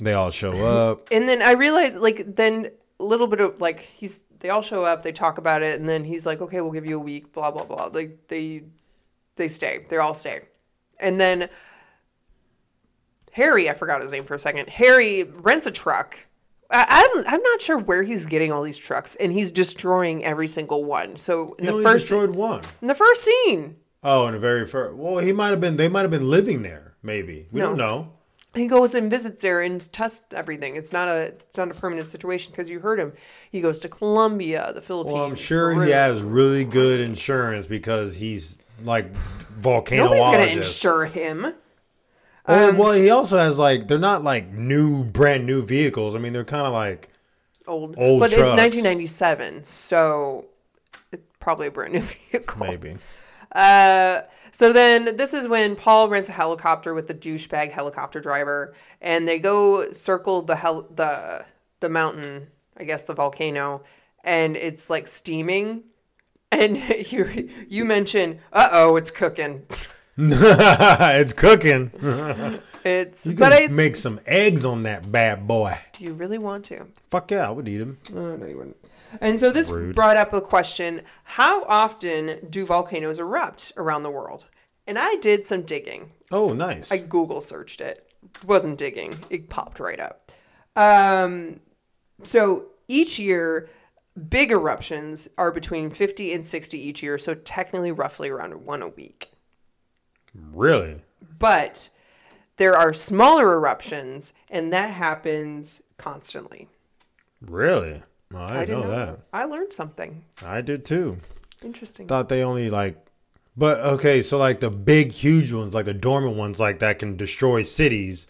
Speaker 2: They all show up.
Speaker 1: And then I realize, like, then a little bit of like he's they all show up. They talk about it, and then he's like, "Okay, we'll give you a week." Blah blah blah. Like they they stay. They all stay, and then. Harry, I forgot his name for a second. Harry rents a truck. I, I'm I'm not sure where he's getting all these trucks, and he's destroying every single one. So in
Speaker 2: He
Speaker 1: the
Speaker 2: only
Speaker 1: first
Speaker 2: destroyed one.
Speaker 1: in the first scene,
Speaker 2: Oh, in a very first. Well, he might have been. They might have been living there. Maybe we don't know.
Speaker 1: he goes and visits there and tests everything. It's not a it's not a permanent situation because you heard him. He goes to Colombia, the Philippines.
Speaker 2: Well, I'm sure
Speaker 1: Peru.
Speaker 2: he has really good insurance because he's like volcanologist.
Speaker 1: Nobody's gonna um, insure him.
Speaker 2: Well, well, he also has like they're not like new, brand new vehicles. I mean, they're kind of like
Speaker 1: Old,
Speaker 2: Old
Speaker 1: but
Speaker 2: trucks.
Speaker 1: it's 1997, so it's probably a brand new vehicle.
Speaker 2: maybe.
Speaker 1: Uh, so then this is when Paul rents a helicopter with the douchebag helicopter driver, and they go circle the hel- the the mountain, I guess the volcano, and it's like steaming. And you you mention, uh oh, it's cooking.
Speaker 2: it's cooking.
Speaker 1: It's
Speaker 2: You
Speaker 1: but
Speaker 2: could
Speaker 1: I
Speaker 2: make some eggs on that bad boy.
Speaker 1: do you really want to?
Speaker 2: Fuck yeah, I would eat them.
Speaker 3: Oh, no, you wouldn't.
Speaker 1: And so this brought up a question how often do volcanoes erupt around the world? And I did some digging.
Speaker 2: Oh, nice.
Speaker 1: I Google searched it. Wasn't digging. It popped right up. Um, so each year, big eruptions are between 50 and 60 each year. So technically, roughly around one a week.
Speaker 2: really?
Speaker 1: But there are smaller eruptions, and that happens constantly.
Speaker 2: Really? No, I didn't,
Speaker 1: I didn't
Speaker 2: know,
Speaker 1: know. I learned something
Speaker 2: that. I did too.
Speaker 1: interesting.
Speaker 2: Thought they only like, but okay, so like the big, huge ones, like the dormant ones, like that can destroy cities.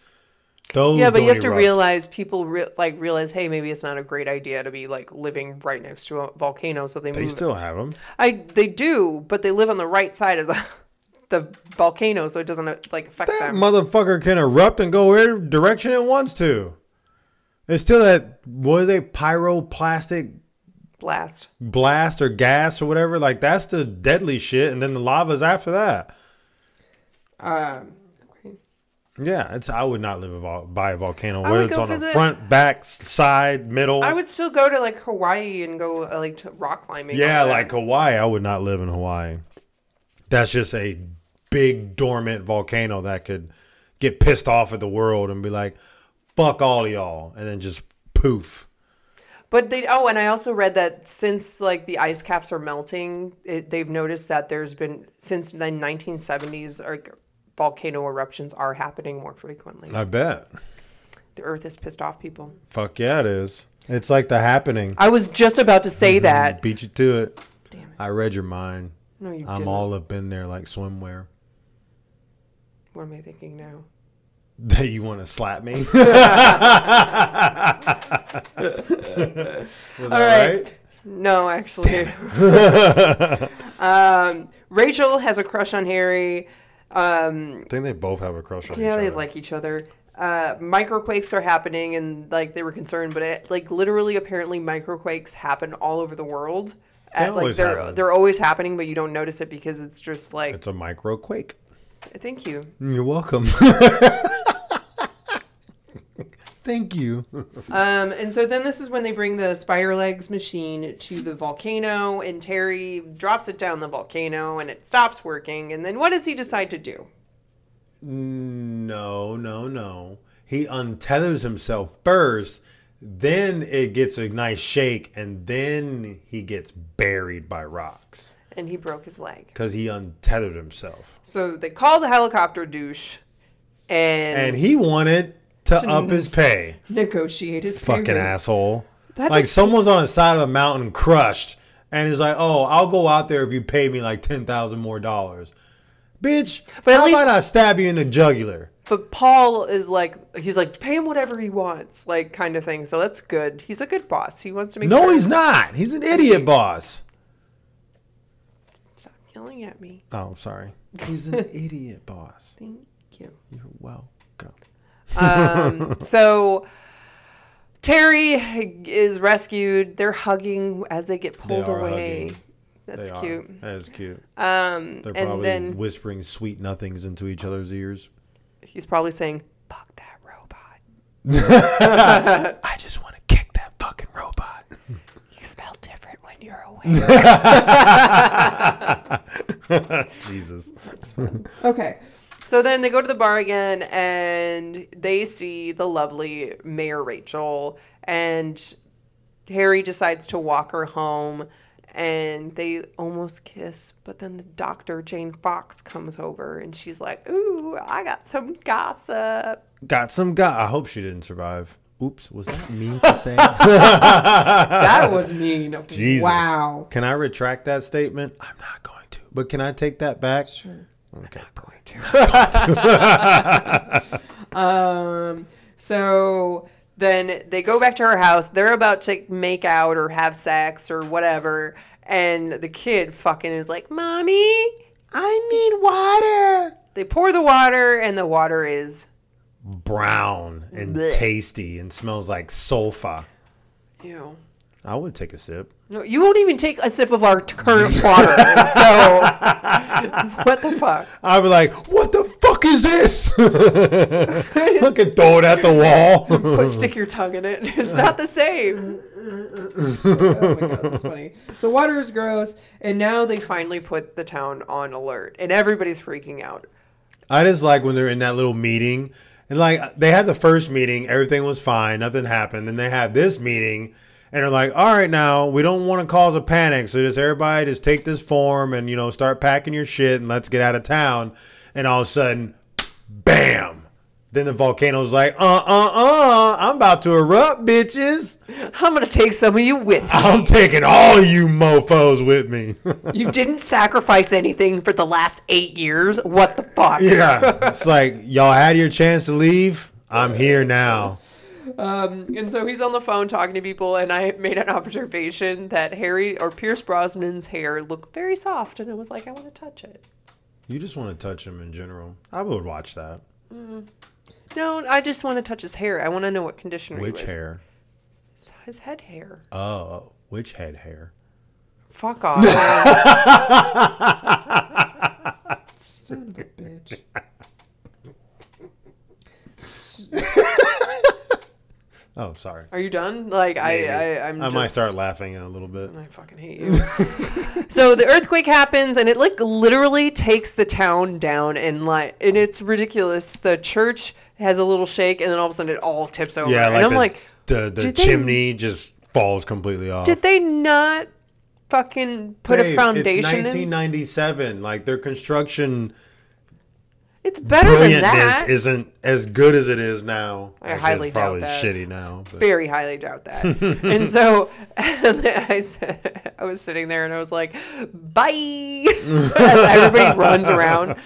Speaker 2: Those
Speaker 1: Yeah, but you
Speaker 2: don't
Speaker 1: have to
Speaker 2: erupt.
Speaker 1: realize people re- like realize, hey, maybe it's not a great idea to be like living right next to a volcano, so they,
Speaker 2: They
Speaker 1: move.
Speaker 2: still have them.
Speaker 1: I they do, but they live on the right side of the the volcano, so it doesn't uh, like affect
Speaker 2: That
Speaker 1: them.
Speaker 2: motherfucker can erupt and go where direction it wants to. It's still that what are they pyroplastic
Speaker 1: Blast.
Speaker 2: blast or gas or whatever. Like that's the deadly shit, and then the lava's after that.
Speaker 3: Um,
Speaker 2: Yeah, it's I would not live a vol- by a volcano,
Speaker 1: would
Speaker 2: whether it's
Speaker 1: go
Speaker 2: on the
Speaker 1: visit-
Speaker 2: front, back, s- side, middle.
Speaker 1: I would still go to like Hawaii and go uh, like to rock climbing.
Speaker 2: yeah,
Speaker 1: all that.
Speaker 2: like Hawaii, I would not live in Hawaii. That's just a big dormant volcano that could get pissed off at the world and be like, "Fuck all y'all," and then just poof.
Speaker 1: But they oh, and I also read that since like the ice caps are melting, it, they've noticed that there's been since the 1970s like volcano eruptions are happening more frequently.
Speaker 2: I bet.
Speaker 1: The Earth is pissed off, people.
Speaker 2: Fuck yeah, it is. It's like the happening.
Speaker 1: I was just about to
Speaker 2: Mm-hmm.
Speaker 1: say that.
Speaker 2: Beat you to it.
Speaker 1: Damn it.
Speaker 2: I read your mind.
Speaker 1: No, you
Speaker 2: I'm
Speaker 1: didn't.
Speaker 2: all up in there like swimwear.
Speaker 1: What am I thinking now?
Speaker 2: that you want to slap me. Was that
Speaker 1: right.
Speaker 2: right?
Speaker 1: No, actually. um, Rachel has a crush on Harry.
Speaker 2: I think they both have a crush on
Speaker 1: Yeah,
Speaker 2: each
Speaker 1: they
Speaker 2: other.
Speaker 1: like each other. Uh, microquakes are happening, and like they were concerned, but it, like literally, apparently, microquakes happen all over the world. At, like
Speaker 2: always
Speaker 1: they're
Speaker 2: happen.
Speaker 1: they're always happening, but you don't notice it because it's just like
Speaker 2: it's a micro quake.
Speaker 1: thank you.
Speaker 2: You're welcome. Thank you.
Speaker 1: Um, and so then this is when they bring the spider legs machine to the volcano, and Terry drops it down the volcano, and it stops working. And then what does he decide to do?
Speaker 2: No, no, no. He untethers himself first, then it gets a nice shake, and then he gets buried by rocks
Speaker 1: And he broke his leg.
Speaker 2: because he untethered himself.
Speaker 1: So they call the helicopter douche, and,
Speaker 2: And he wanted to up his pay.
Speaker 3: negotiate his pay
Speaker 2: Fucking
Speaker 3: rate.
Speaker 2: asshole.
Speaker 1: That
Speaker 2: like
Speaker 1: just-
Speaker 2: someone's on the side of a mountain crushed and is like, "Oh, I'll go out there if you pay me like ten thousand more dollars." Bitch,
Speaker 1: But
Speaker 2: but
Speaker 1: at
Speaker 2: how
Speaker 1: least-
Speaker 2: about I stab you in the jugular?
Speaker 1: But Paul is like, he's like, pay him whatever he wants, like kind of thing. So that's good. He's a good boss. He wants to make.
Speaker 2: No,
Speaker 1: sure-
Speaker 2: he's not. He's an idiot boss.
Speaker 1: Stop yelling at me.
Speaker 2: Oh, sorry. He's an idiot boss.
Speaker 1: Thank you.
Speaker 2: You're welcome.
Speaker 1: So Terry is rescued. They're hugging as they get pulled
Speaker 2: are
Speaker 1: away.
Speaker 2: hugging.
Speaker 1: That's
Speaker 2: They are.
Speaker 1: cute.
Speaker 2: That is cute. Um, They're
Speaker 1: and
Speaker 2: probably
Speaker 1: then-
Speaker 2: whispering sweet nothings into each other's ears.
Speaker 1: He's probably saying, "Fuck that robot.
Speaker 2: I just want to kick that fucking robot.
Speaker 1: You smell different when you're away."
Speaker 2: Jesus.
Speaker 3: Okay.
Speaker 1: so then they go to the bar again, and they see the lovely Mayor Rachel, and Harry decides to walk her home. And they almost kiss, but then the doctor, Jane Fox, comes over and she's like, Ooh, I got some gossip.
Speaker 2: Got some guy. I hope she didn't survive. Oops, was that mean to say?
Speaker 3: That was mean.
Speaker 2: Jesus.
Speaker 3: Wow.
Speaker 2: Can I retract that statement? I'm not going to. But can I take that back? Sure. Okay.
Speaker 1: Going to
Speaker 3: Um,
Speaker 1: So then they go back to her house. They're about to make out or have sex or whatever. And the kid fucking is like, Mommy,
Speaker 2: I need water.
Speaker 1: they pour the water, and the water is.
Speaker 2: Brown and
Speaker 1: Blech.
Speaker 2: tasty and smells like sulfa.
Speaker 1: Ew.
Speaker 2: I would take a sip.
Speaker 1: No, you won't even take a sip of our t- current water. so, what the fuck?
Speaker 2: I'd be like, what the fuck is this? Look at throw it at the wall.
Speaker 1: Put, stick your tongue in it. It's not the same.
Speaker 3: oh my god, that's funny. So water is gross, and now they
Speaker 1: They finally put the town on alert, and everybody's freaking out.
Speaker 2: I just like when they're in that little meeting. And like they had the first meeting, everything was fine, nothing happened. Then they have this meeting and they're like, All right now, we don't want to cause a panic, so just everybody just take this form and you know, start packing your shit and let's get out of town. And all of a sudden, bam. Then the volcano's like, uh uh uh, I'm about to erupt, bitches.
Speaker 1: I'm going to take some of you with me.
Speaker 2: I'm taking all you mofos with me.
Speaker 1: You didn't sacrifice anything for the last eight years. What the fuck?
Speaker 2: yeah. It's like, y'all had your chance to leave. I'm here now.
Speaker 1: And so he's on the phone talking to people, and I made an observation that Harry or Pierce Brosnan's hair looked very soft, and I was like, I want to touch it.
Speaker 2: You just want to touch him in general. I would watch that.
Speaker 1: No, I just want to touch his hair. I want to know what conditioner
Speaker 2: Which
Speaker 1: he was.
Speaker 2: hair?
Speaker 1: His- His head hair.
Speaker 2: Oh, which head hair?
Speaker 1: Fuck off. man.
Speaker 3: son of a bitch. S-
Speaker 2: Oh, sorry.
Speaker 1: Are you done? Like I, I, I'm.
Speaker 2: I
Speaker 1: just,
Speaker 2: might start laughing in a little bit.
Speaker 1: I fucking hate you. so the earthquake happens, and it like literally takes the town down, and like, and it's ridiculous. The church has a little shake, and then all of a sudden it all tips over.
Speaker 2: Yeah, like
Speaker 1: and I'm
Speaker 2: the,
Speaker 1: like,
Speaker 2: the, the
Speaker 1: did they-
Speaker 2: chimney just falls completely off.
Speaker 1: did they not fucking put
Speaker 2: Babe,
Speaker 1: a foundation
Speaker 2: It's
Speaker 1: in?
Speaker 2: 1997. Like their construction
Speaker 1: It's better than
Speaker 2: brilliantness
Speaker 1: that.
Speaker 2: isn't as good as it is now.
Speaker 1: I
Speaker 2: Actually,
Speaker 1: highly
Speaker 2: it's
Speaker 1: doubt
Speaker 2: probably
Speaker 1: that.
Speaker 2: shitty now. but-
Speaker 1: very highly doubt that. and so I said, I was sitting there and I was like, bye, as everybody runs around.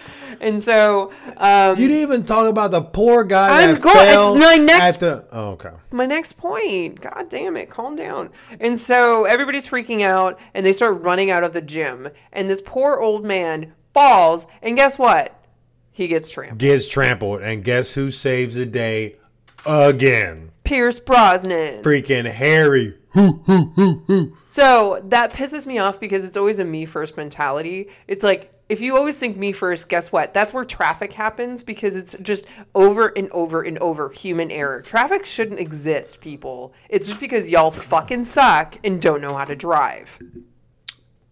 Speaker 1: And so um,
Speaker 2: You didn't even talk about the poor guy.
Speaker 1: I'm
Speaker 2: that
Speaker 1: go- it's
Speaker 2: fell
Speaker 1: my next-
Speaker 2: At the, oh, okay.
Speaker 1: my next point, god damn it, calm down. And so everybody's freaking out and they start running out of the gym. And this poor old man falls. And guess what? He gets trampled.
Speaker 2: Gets trampled, and guess who saves the day again?
Speaker 1: Pierce Brosnan.
Speaker 2: Freaking Harry.
Speaker 1: So that pisses me off because it's always a me first mentality. It's like if you always think me first, guess what? That's where traffic happens because it's just over and over and over human error. Traffic shouldn't exist, people. It's just because y'all fucking suck and don't know how to drive.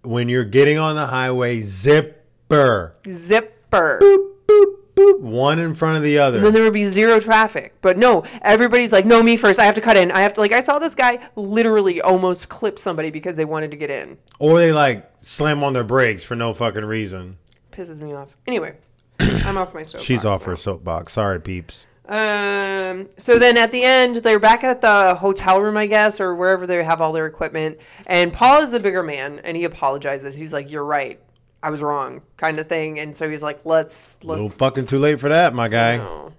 Speaker 2: When you're getting on the highway, zipper.
Speaker 1: Zipper.
Speaker 2: Boop, One in front of the other.
Speaker 1: Then there would be zero traffic. But no, everybody's like, no, me first. I have to cut in. I have to, like, I saw this guy literally almost clip somebody because they wanted to get in.
Speaker 2: Or they like slam on their brakes for no fucking reason.
Speaker 1: Pisses me off. Anyway, I'm off my stove.
Speaker 2: She's off her soapbox. Sorry, peeps.
Speaker 1: Um, so then at the end, they're back at the hotel room, I guess, or wherever they have all their equipment. And Paul is the bigger man, and he apologizes. He's like, "You're right, I was wrong," kind of thing. And so he's like, "Let's
Speaker 2: Little
Speaker 1: let's."
Speaker 2: fucking too late for that, my guy.
Speaker 1: Oh.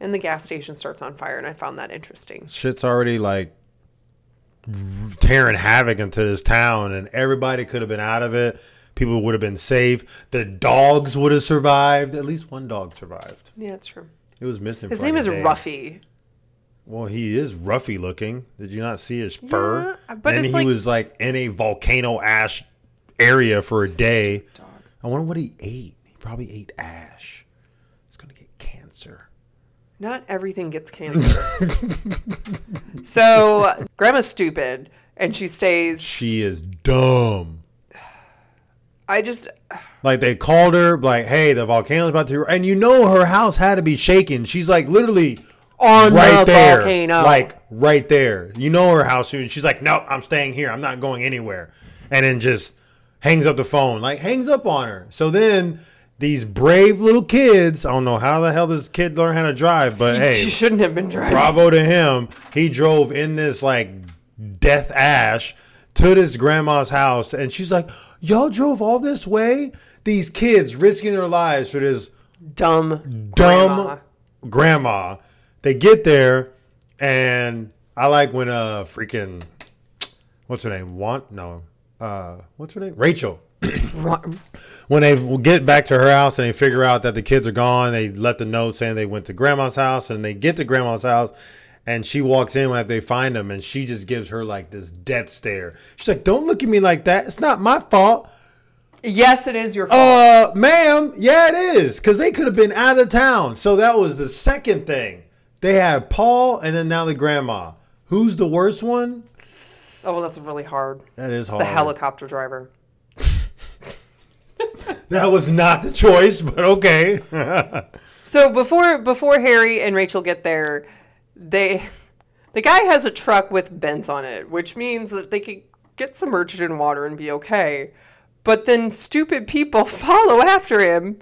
Speaker 1: And the gas station starts on fire, and I found that interesting.
Speaker 2: Shit's already like tearing havoc into this town, and everybody could have been out of it. People would have been safe. The dogs would have survived. At least one dog survived.
Speaker 1: Yeah, it's true.
Speaker 2: It was missing.
Speaker 1: His
Speaker 2: for,
Speaker 1: name
Speaker 2: like,
Speaker 1: is
Speaker 2: a day.
Speaker 1: Ruffy.
Speaker 2: Well, he is roughy looking. Did you not see his fur?
Speaker 1: Yeah, but
Speaker 2: and
Speaker 1: it's
Speaker 2: he
Speaker 1: like-
Speaker 2: was like in a volcano ash area for a day. I wonder what he ate. He probably ate ash. He's gonna get cancer.
Speaker 1: Not everything gets cancer. so Grandma's stupid, and she stays.
Speaker 2: She is dumb.
Speaker 1: I just
Speaker 2: Like they called her, like, "Hey, the volcano's about to," and you know her house had to be shaken. She's like literally
Speaker 1: on
Speaker 2: right
Speaker 1: the
Speaker 2: there,
Speaker 1: volcano,
Speaker 2: like right there. You know her house. She- She's like, "Nope, I'm staying here. I'm not going anywhere," and then just hangs up the phone, like hangs up on her. So then these brave little kids, I don't know how the hell this kid learned how to drive, but hey,
Speaker 1: she shouldn't have been driving.
Speaker 2: bravo to him. He drove in this like death ash to this grandma's house, and she's like, "Y'all drove all this way? These kids risking their lives for this
Speaker 1: dumb,
Speaker 2: dumb
Speaker 1: grandma.
Speaker 2: grandma." They get there, and I like when uh freaking what's her name? Want no, uh, what's her name? Rachel
Speaker 1: Ru-
Speaker 2: when they get back to her house and they figure out that the kids are gone, they left a note saying they went to grandma's house and they get to grandma's house and she walks in when they find them and she just gives her like this death stare. She's like, Don't look at me like that. It's not my fault.
Speaker 1: Yes, it is your fault.
Speaker 2: Uh, ma'am, yeah, it is. Cause they could have been out of town. So that was the second thing. They had Paul and then now the grandma. Who's the worst one?
Speaker 1: Oh, well, that's really hard.
Speaker 2: That is hard.
Speaker 1: The helicopter driver.
Speaker 2: that was not the choice, but okay.
Speaker 1: So before before Harry and Rachel get there, they the guy has a truck with vents on it, which means that they could get submerged in water and be okay. But then stupid people follow after him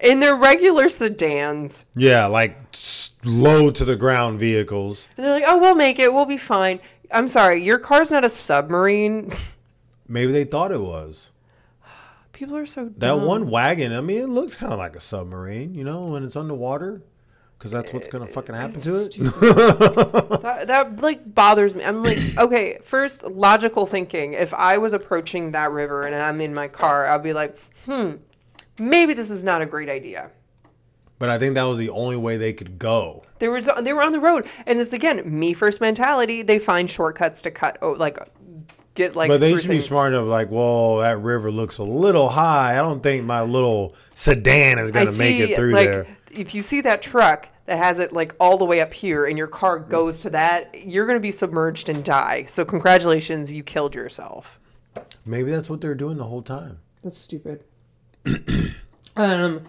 Speaker 1: in their regular sedans.
Speaker 2: Yeah, like s- low to the ground vehicles.
Speaker 1: And they're like, "Oh, we'll make it. We'll be fine." I'm sorry, your car's not a submarine.
Speaker 2: Maybe they thought it was.
Speaker 1: People are so dumb.
Speaker 2: That one wagon, I mean, it looks kind of like a submarine, you know, when it's underwater, because that's what's going to fucking happen to it.
Speaker 1: That, that like bothers me. I'm like, okay, first logical thinking. If I was approaching that river and I'm in my car, I'd be like, hmm, maybe this is not a great idea.
Speaker 2: But I think that was the only way they could go.
Speaker 1: They were they were on the road, and it's again me first mentality. They find shortcuts to cut, oh, like get like.
Speaker 2: But they
Speaker 1: through
Speaker 2: should
Speaker 1: things.
Speaker 2: be smart enough, like, whoa, that river looks a little high. I don't think my little sedan is
Speaker 1: I
Speaker 2: going to make
Speaker 1: see,
Speaker 2: it through
Speaker 1: like,
Speaker 2: there.
Speaker 1: if you see that truck that has it like all the way up here, and your car
Speaker 2: Mm.
Speaker 1: goes to that, you're gonna be submerged and die. So congratulations, you killed yourself.
Speaker 2: Maybe that's what they're doing the whole time.
Speaker 3: That's stupid. um,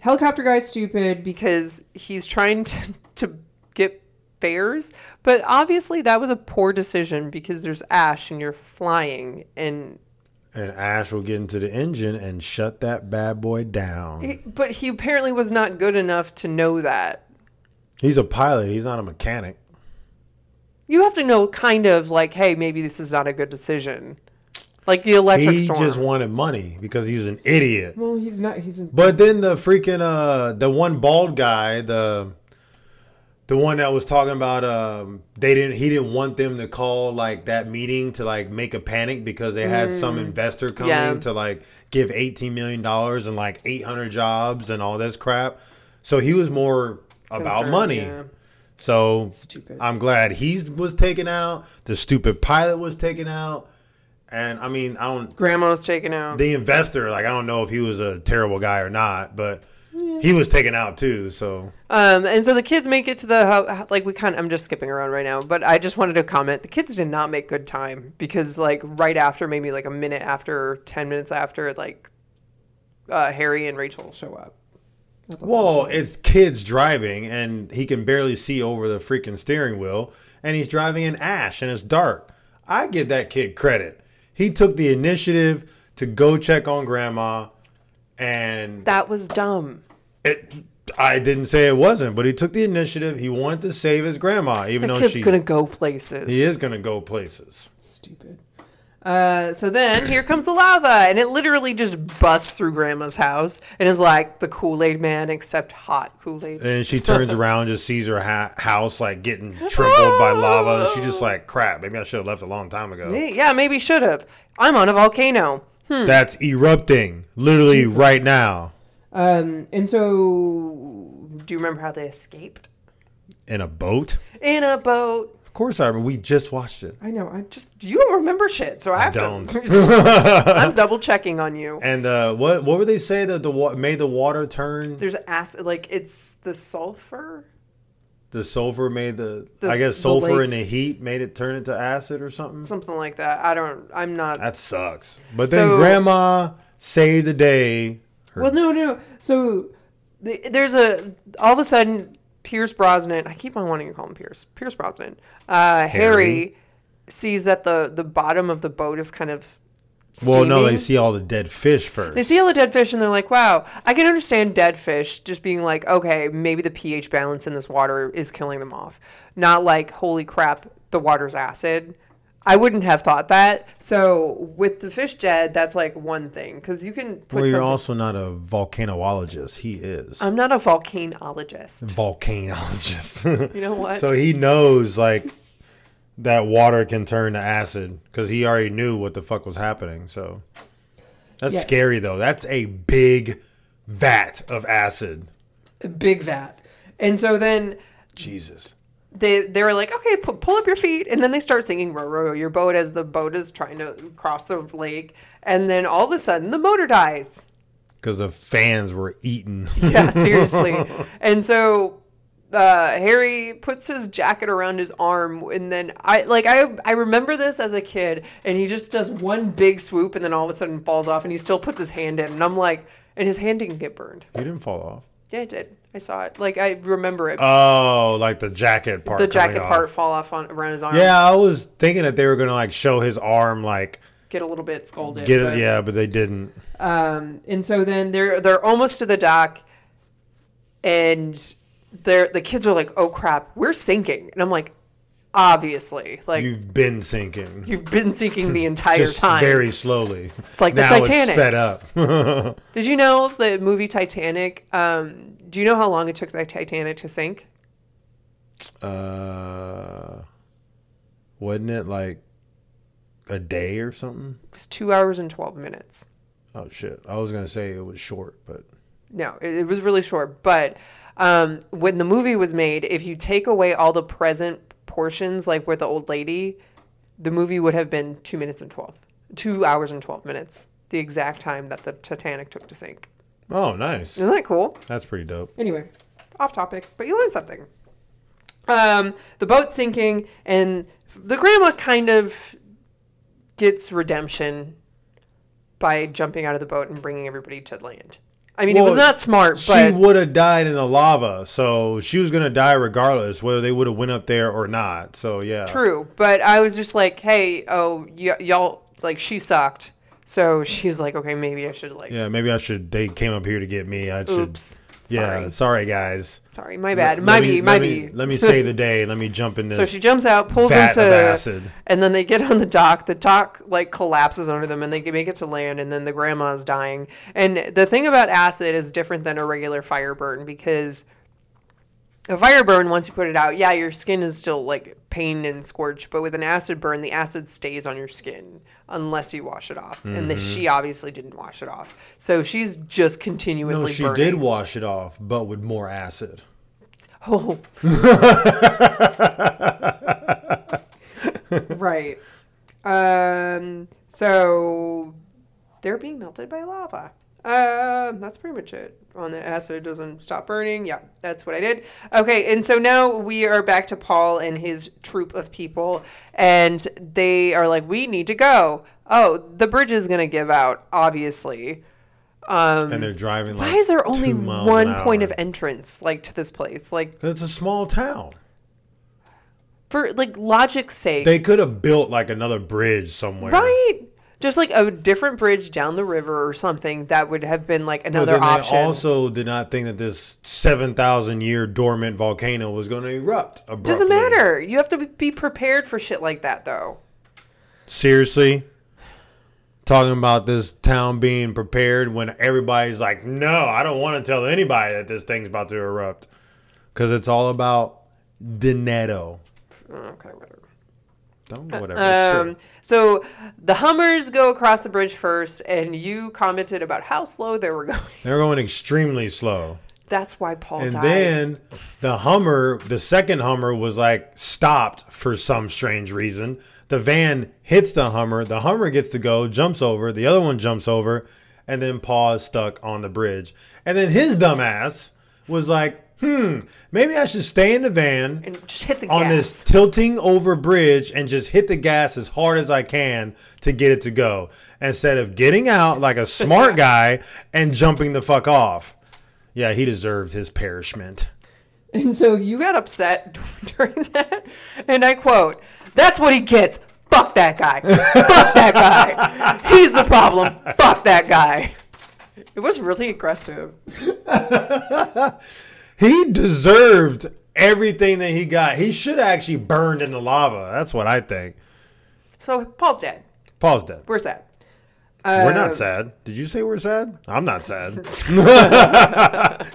Speaker 3: helicopter guy's stupid because
Speaker 1: because he's trying to, to get fares. But obviously, that was a poor decision because there's ash and you're flying. And
Speaker 2: And Ash will get into the engine and shut that bad boy down.
Speaker 1: but he apparently was not good enough to know that.
Speaker 2: He's a pilot, he's not a mechanic.
Speaker 1: You have to know kind of like, hey, maybe this is not a good decision. Like the electric
Speaker 2: He
Speaker 1: storm.
Speaker 2: just wanted money because he's an idiot.
Speaker 3: well, he's not. He's in,
Speaker 2: But then the freaking uh the one bald guy, the the one that was talking about um they didn't he didn't want them to call like that meeting to like make a panic because they had some investor coming
Speaker 1: Mm. Yeah.
Speaker 2: to like give 18 million dollars and like 800 jobs and all this crap. So he was more about
Speaker 1: Concerned,
Speaker 2: money.
Speaker 1: yeah.
Speaker 2: So
Speaker 3: Stupid.
Speaker 2: I'm glad he was taken out. The stupid pilot was taken out. And I mean, I don't
Speaker 1: Grandma's taken out.
Speaker 2: the investor, like I don't know if he was a terrible guy or not, but he was taken out too. So
Speaker 1: Um, and so the kids make it to the ho- like we kind. of I'm just skipping around right now, but I just wanted to comment. The kids did not make good time because like right after, maybe like a minute after, ten minutes after, like uh, Harry and Rachel show up.
Speaker 2: well, it's kids driving, and he can barely see over the freaking steering wheel, and he's driving in ash, and it's dark. I give that kid credit. He took the initiative to go check on grandma, and
Speaker 1: That was dumb.
Speaker 2: it I didn't say it wasn't, but he took the initiative. He wanted to save his grandma, even
Speaker 1: The
Speaker 2: though
Speaker 1: kid's
Speaker 2: she
Speaker 1: gonna go places.
Speaker 2: he is gonna go places.
Speaker 3: Stupid.
Speaker 1: Uh, so then here comes the lava, and it literally just busts through Grandma's house and is like the Kool Aid Man, except hot Kool Aid.
Speaker 2: And she turns around, and just sees her ha- house like getting trampled by lava. She just like, crap. Maybe I should have left a long time ago.
Speaker 1: Yeah, maybe should have. I'm on a volcano.
Speaker 2: That's erupting literally right now
Speaker 3: Um, and so
Speaker 1: Do you remember how they escaped?
Speaker 2: in a boat.
Speaker 1: In a boat.
Speaker 2: Of course, I remember. We just watched it.
Speaker 3: I know I
Speaker 1: Just you don't remember shit, so I have
Speaker 2: don't.
Speaker 1: to. I'm double checking on you.
Speaker 2: And uh, what what would they say that the wa- made the water turn?
Speaker 1: There's acid, like it's the sulfur.
Speaker 2: The sulfur made the,
Speaker 1: The
Speaker 2: I
Speaker 1: s-
Speaker 2: guess
Speaker 1: the
Speaker 2: sulfur
Speaker 1: lake-
Speaker 2: and the heat made it turn into acid or something.
Speaker 1: something like that. I don't. I'm not.
Speaker 2: That sucks. But then
Speaker 1: So-
Speaker 2: grandma saved the day. Her-
Speaker 3: well no no so
Speaker 1: th- There's a all of a sudden Pierce Brosnan. I keep on wanting to call him Pierce. Pierce Brosnan. Uh, Harry,
Speaker 2: Harry.
Speaker 1: sees that the the bottom of the boat is kind of. Steaming.
Speaker 2: well, no, they see all the dead fish first.
Speaker 1: They see all the dead fish and they're like, wow, I can understand dead fish just being like, okay, maybe the pH balance in this water is killing them off. Not like, holy crap, the water's acid. I wouldn't have thought that. So with the fish dead, that's like one thing because you can put
Speaker 2: well, you're
Speaker 1: something.
Speaker 2: also not a volcanologist. He is
Speaker 1: I'm not a volcanologist.
Speaker 2: volcanologist.
Speaker 1: You know what?
Speaker 2: so he knows like that water can turn to acid because he already knew what the fuck was happening. So that's
Speaker 3: Yeah.
Speaker 2: scary though. That's a big vat of acid. Hmm.
Speaker 1: Big vat. And so then
Speaker 2: Jesus.
Speaker 1: they they were like, okay, pu- pull up your feet, and then they start singing "Row row your boat" as the boat is trying to cross the lake, and then all of a sudden the motor dies.
Speaker 2: Because the fans were eaten.
Speaker 1: Yeah, seriously. and so uh, Harry puts his jacket around his arm, and then I like I I remember this as a kid, and he just does one big swoop, and then all of a sudden falls off, and he still puts his hand in, and I'm like, and his hand didn't get burned.
Speaker 2: he didn't fall off.
Speaker 1: Yeah, I did. I saw it. Like I remember it.
Speaker 2: Oh, like the jacket part.
Speaker 1: the
Speaker 2: coming
Speaker 1: jacket
Speaker 2: off.
Speaker 1: part fall off on around his arm.
Speaker 2: Yeah, I was thinking that they were gonna like show his arm, like
Speaker 1: Get a little bit scalded.
Speaker 2: get
Speaker 1: but-
Speaker 2: it. Yeah, but they didn't.
Speaker 1: Um, and so then they're they're almost to the dock, and they're the kids are like, "Oh crap, we're sinking," and I'm like, "Obviously, like."
Speaker 2: You've been sinking.
Speaker 1: You've been sinking the entire
Speaker 2: Hmm. Just
Speaker 1: time.
Speaker 2: very slowly. It's
Speaker 1: like the Titanic.
Speaker 2: It's sped up.
Speaker 1: Did you know the movie Titanic? Um, do you know how long it took the Titanic to sink?
Speaker 2: uh, wasn't it like a day or something?
Speaker 1: It was two hours and twelve minutes.
Speaker 2: Oh shit! I was gonna say it was short, but
Speaker 1: No, it, it was really short. But um, when the movie was made, if you take away all the present portions, like where the old lady, the movie would have been two minutes and 12, two hours and 12 minutes, the exact time that the Titanic took to sink.
Speaker 2: oh, nice.
Speaker 1: Isn't that cool?
Speaker 2: That's pretty dope.
Speaker 3: anyway
Speaker 1: Off topic, but you learn something. Um, the boat's sinking, and the grandma kind of gets redemption by jumping out of the boat and bringing everybody to land. I mean, it was
Speaker 2: Well,
Speaker 1: not smart,
Speaker 2: She
Speaker 1: but
Speaker 2: would have died in the lava, so she was gonna die regardless, whether they would have went up there or not. So yeah,
Speaker 1: True, but I was just like, hey, oh, y- y'all, like, she sucked. So she's like, okay, maybe I should, like,
Speaker 2: Yeah, maybe I should. They came up here to get me. I should.
Speaker 1: oops.
Speaker 2: Yeah,
Speaker 1: Sorry.
Speaker 2: sorry, guys.
Speaker 1: Sorry, my bad.
Speaker 2: Let
Speaker 1: my
Speaker 2: me-
Speaker 1: be,
Speaker 2: let
Speaker 1: my
Speaker 2: me-
Speaker 1: be.
Speaker 2: Let me save the day. Let me jump in this.
Speaker 1: So she jumps out, pulls
Speaker 2: vat of
Speaker 1: into,
Speaker 2: acid.
Speaker 1: and then they get on the dock. The dock like collapses under them, and they make it to land. And then the grandma is dying. And the thing about acid is different than a regular fire burn because a fire burn, once you put it out, yeah, your skin is still like pain and scorched. But with an acid burn, the acid stays on your skin unless you wash it off. And
Speaker 2: Mm-hmm.
Speaker 1: that she obviously didn't wash it off, so she's just
Speaker 2: no,
Speaker 1: continuously.
Speaker 2: she
Speaker 1: burning.
Speaker 2: did wash it off, but with more acid.
Speaker 1: Oh. right. Um, so they're being melted by lava. Um, that's pretty much it. On the acid doesn't stop burning. Yeah, that's what I did. Okay, and so now we are back to Paul and his troop of people, and they are like, "We need to go." Oh, the bridge is gonna give out, obviously.
Speaker 2: and they're driving like
Speaker 1: Why is there only
Speaker 2: two miles
Speaker 1: one
Speaker 2: an
Speaker 1: point
Speaker 2: hour?
Speaker 1: of entrance, like to this place? Like,
Speaker 2: 'Cause It's a small town.
Speaker 1: for like logic's sake,
Speaker 2: They could have built like another bridge somewhere.
Speaker 1: right? Just like a different bridge down the river or something that would have been like
Speaker 2: But
Speaker 1: another
Speaker 2: then
Speaker 1: option.
Speaker 2: They also did not think that this 7,000 year dormant volcano was going to erupt abruptly.
Speaker 1: Doesn't matter. You have to be prepared for shit like that though.
Speaker 2: Seriously? Talking about this town being prepared when everybody's like, no, I don't want to tell anybody that this thing's about to erupt. Because it's all about Dinetto.
Speaker 1: Oh, Okay, whatever.
Speaker 2: Don't know whatever. It's true.
Speaker 1: Um, so the Hummers go across the bridge first, and you commented about how slow they were going.
Speaker 2: They're going extremely slow.
Speaker 1: That's why Paul
Speaker 2: And
Speaker 1: died.
Speaker 2: then the Hummer, the second Hummer was like stopped for some strange reason. The van hits the Hummer. The Hummer gets to go, jumps over. The other one jumps over. And then Paul is stuck on the bridge. And then his dumbass was like, hmm, maybe I should stay in the van
Speaker 1: and just hit the
Speaker 2: on
Speaker 1: gas.
Speaker 2: this tilting over bridge and just hit the gas as hard as I can to get it to go instead of getting out like a smart guy and jumping the fuck off. Yeah, he deserved his perishment.
Speaker 3: And so you
Speaker 1: You got upset during that, and I quote: "That's what he gets. Fuck that guy. Fuck that guy. He's the problem. Fuck that guy." It was really aggressive.
Speaker 2: He deserved everything that he got. He should have actually burned in the lava. That's what I think.
Speaker 1: So Paul's dead.
Speaker 2: Paul's dead.
Speaker 1: Where's that?
Speaker 2: We're
Speaker 1: Uh,
Speaker 2: not sad. Did you say we're sad? I'm not sad.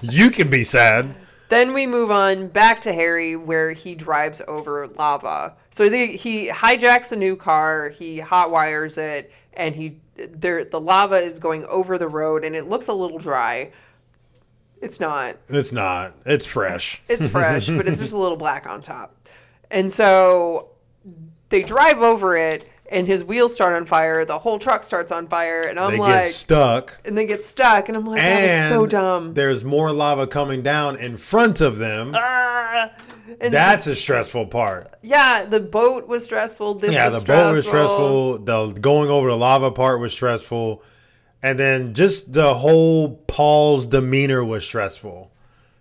Speaker 2: you can be sad.
Speaker 1: Then we move on back to Harry, where he drives over lava. So they, he hijacks a new car, he hotwires it, and he there the lava is going over the road, and it looks a little dry. It's not.
Speaker 2: It's not. It's fresh.
Speaker 1: It's fresh, but it's just a little black on top. And so they drive over it, and his wheels start on fire. The whole truck starts on fire, and I'm
Speaker 2: They
Speaker 1: like,
Speaker 2: get stuck.
Speaker 1: and they get stuck, and I'm like, that is so
Speaker 2: And
Speaker 1: dumb.
Speaker 2: There's more lava coming down in front of them.
Speaker 1: Ah. And so-
Speaker 2: That's a stressful part.
Speaker 1: Yeah, the boat was stressful. This
Speaker 2: yeah, the
Speaker 1: was
Speaker 2: boat
Speaker 1: stressful.
Speaker 2: was stressful. The going over the lava part was stressful. And then just the whole Paul's demeanor was stressful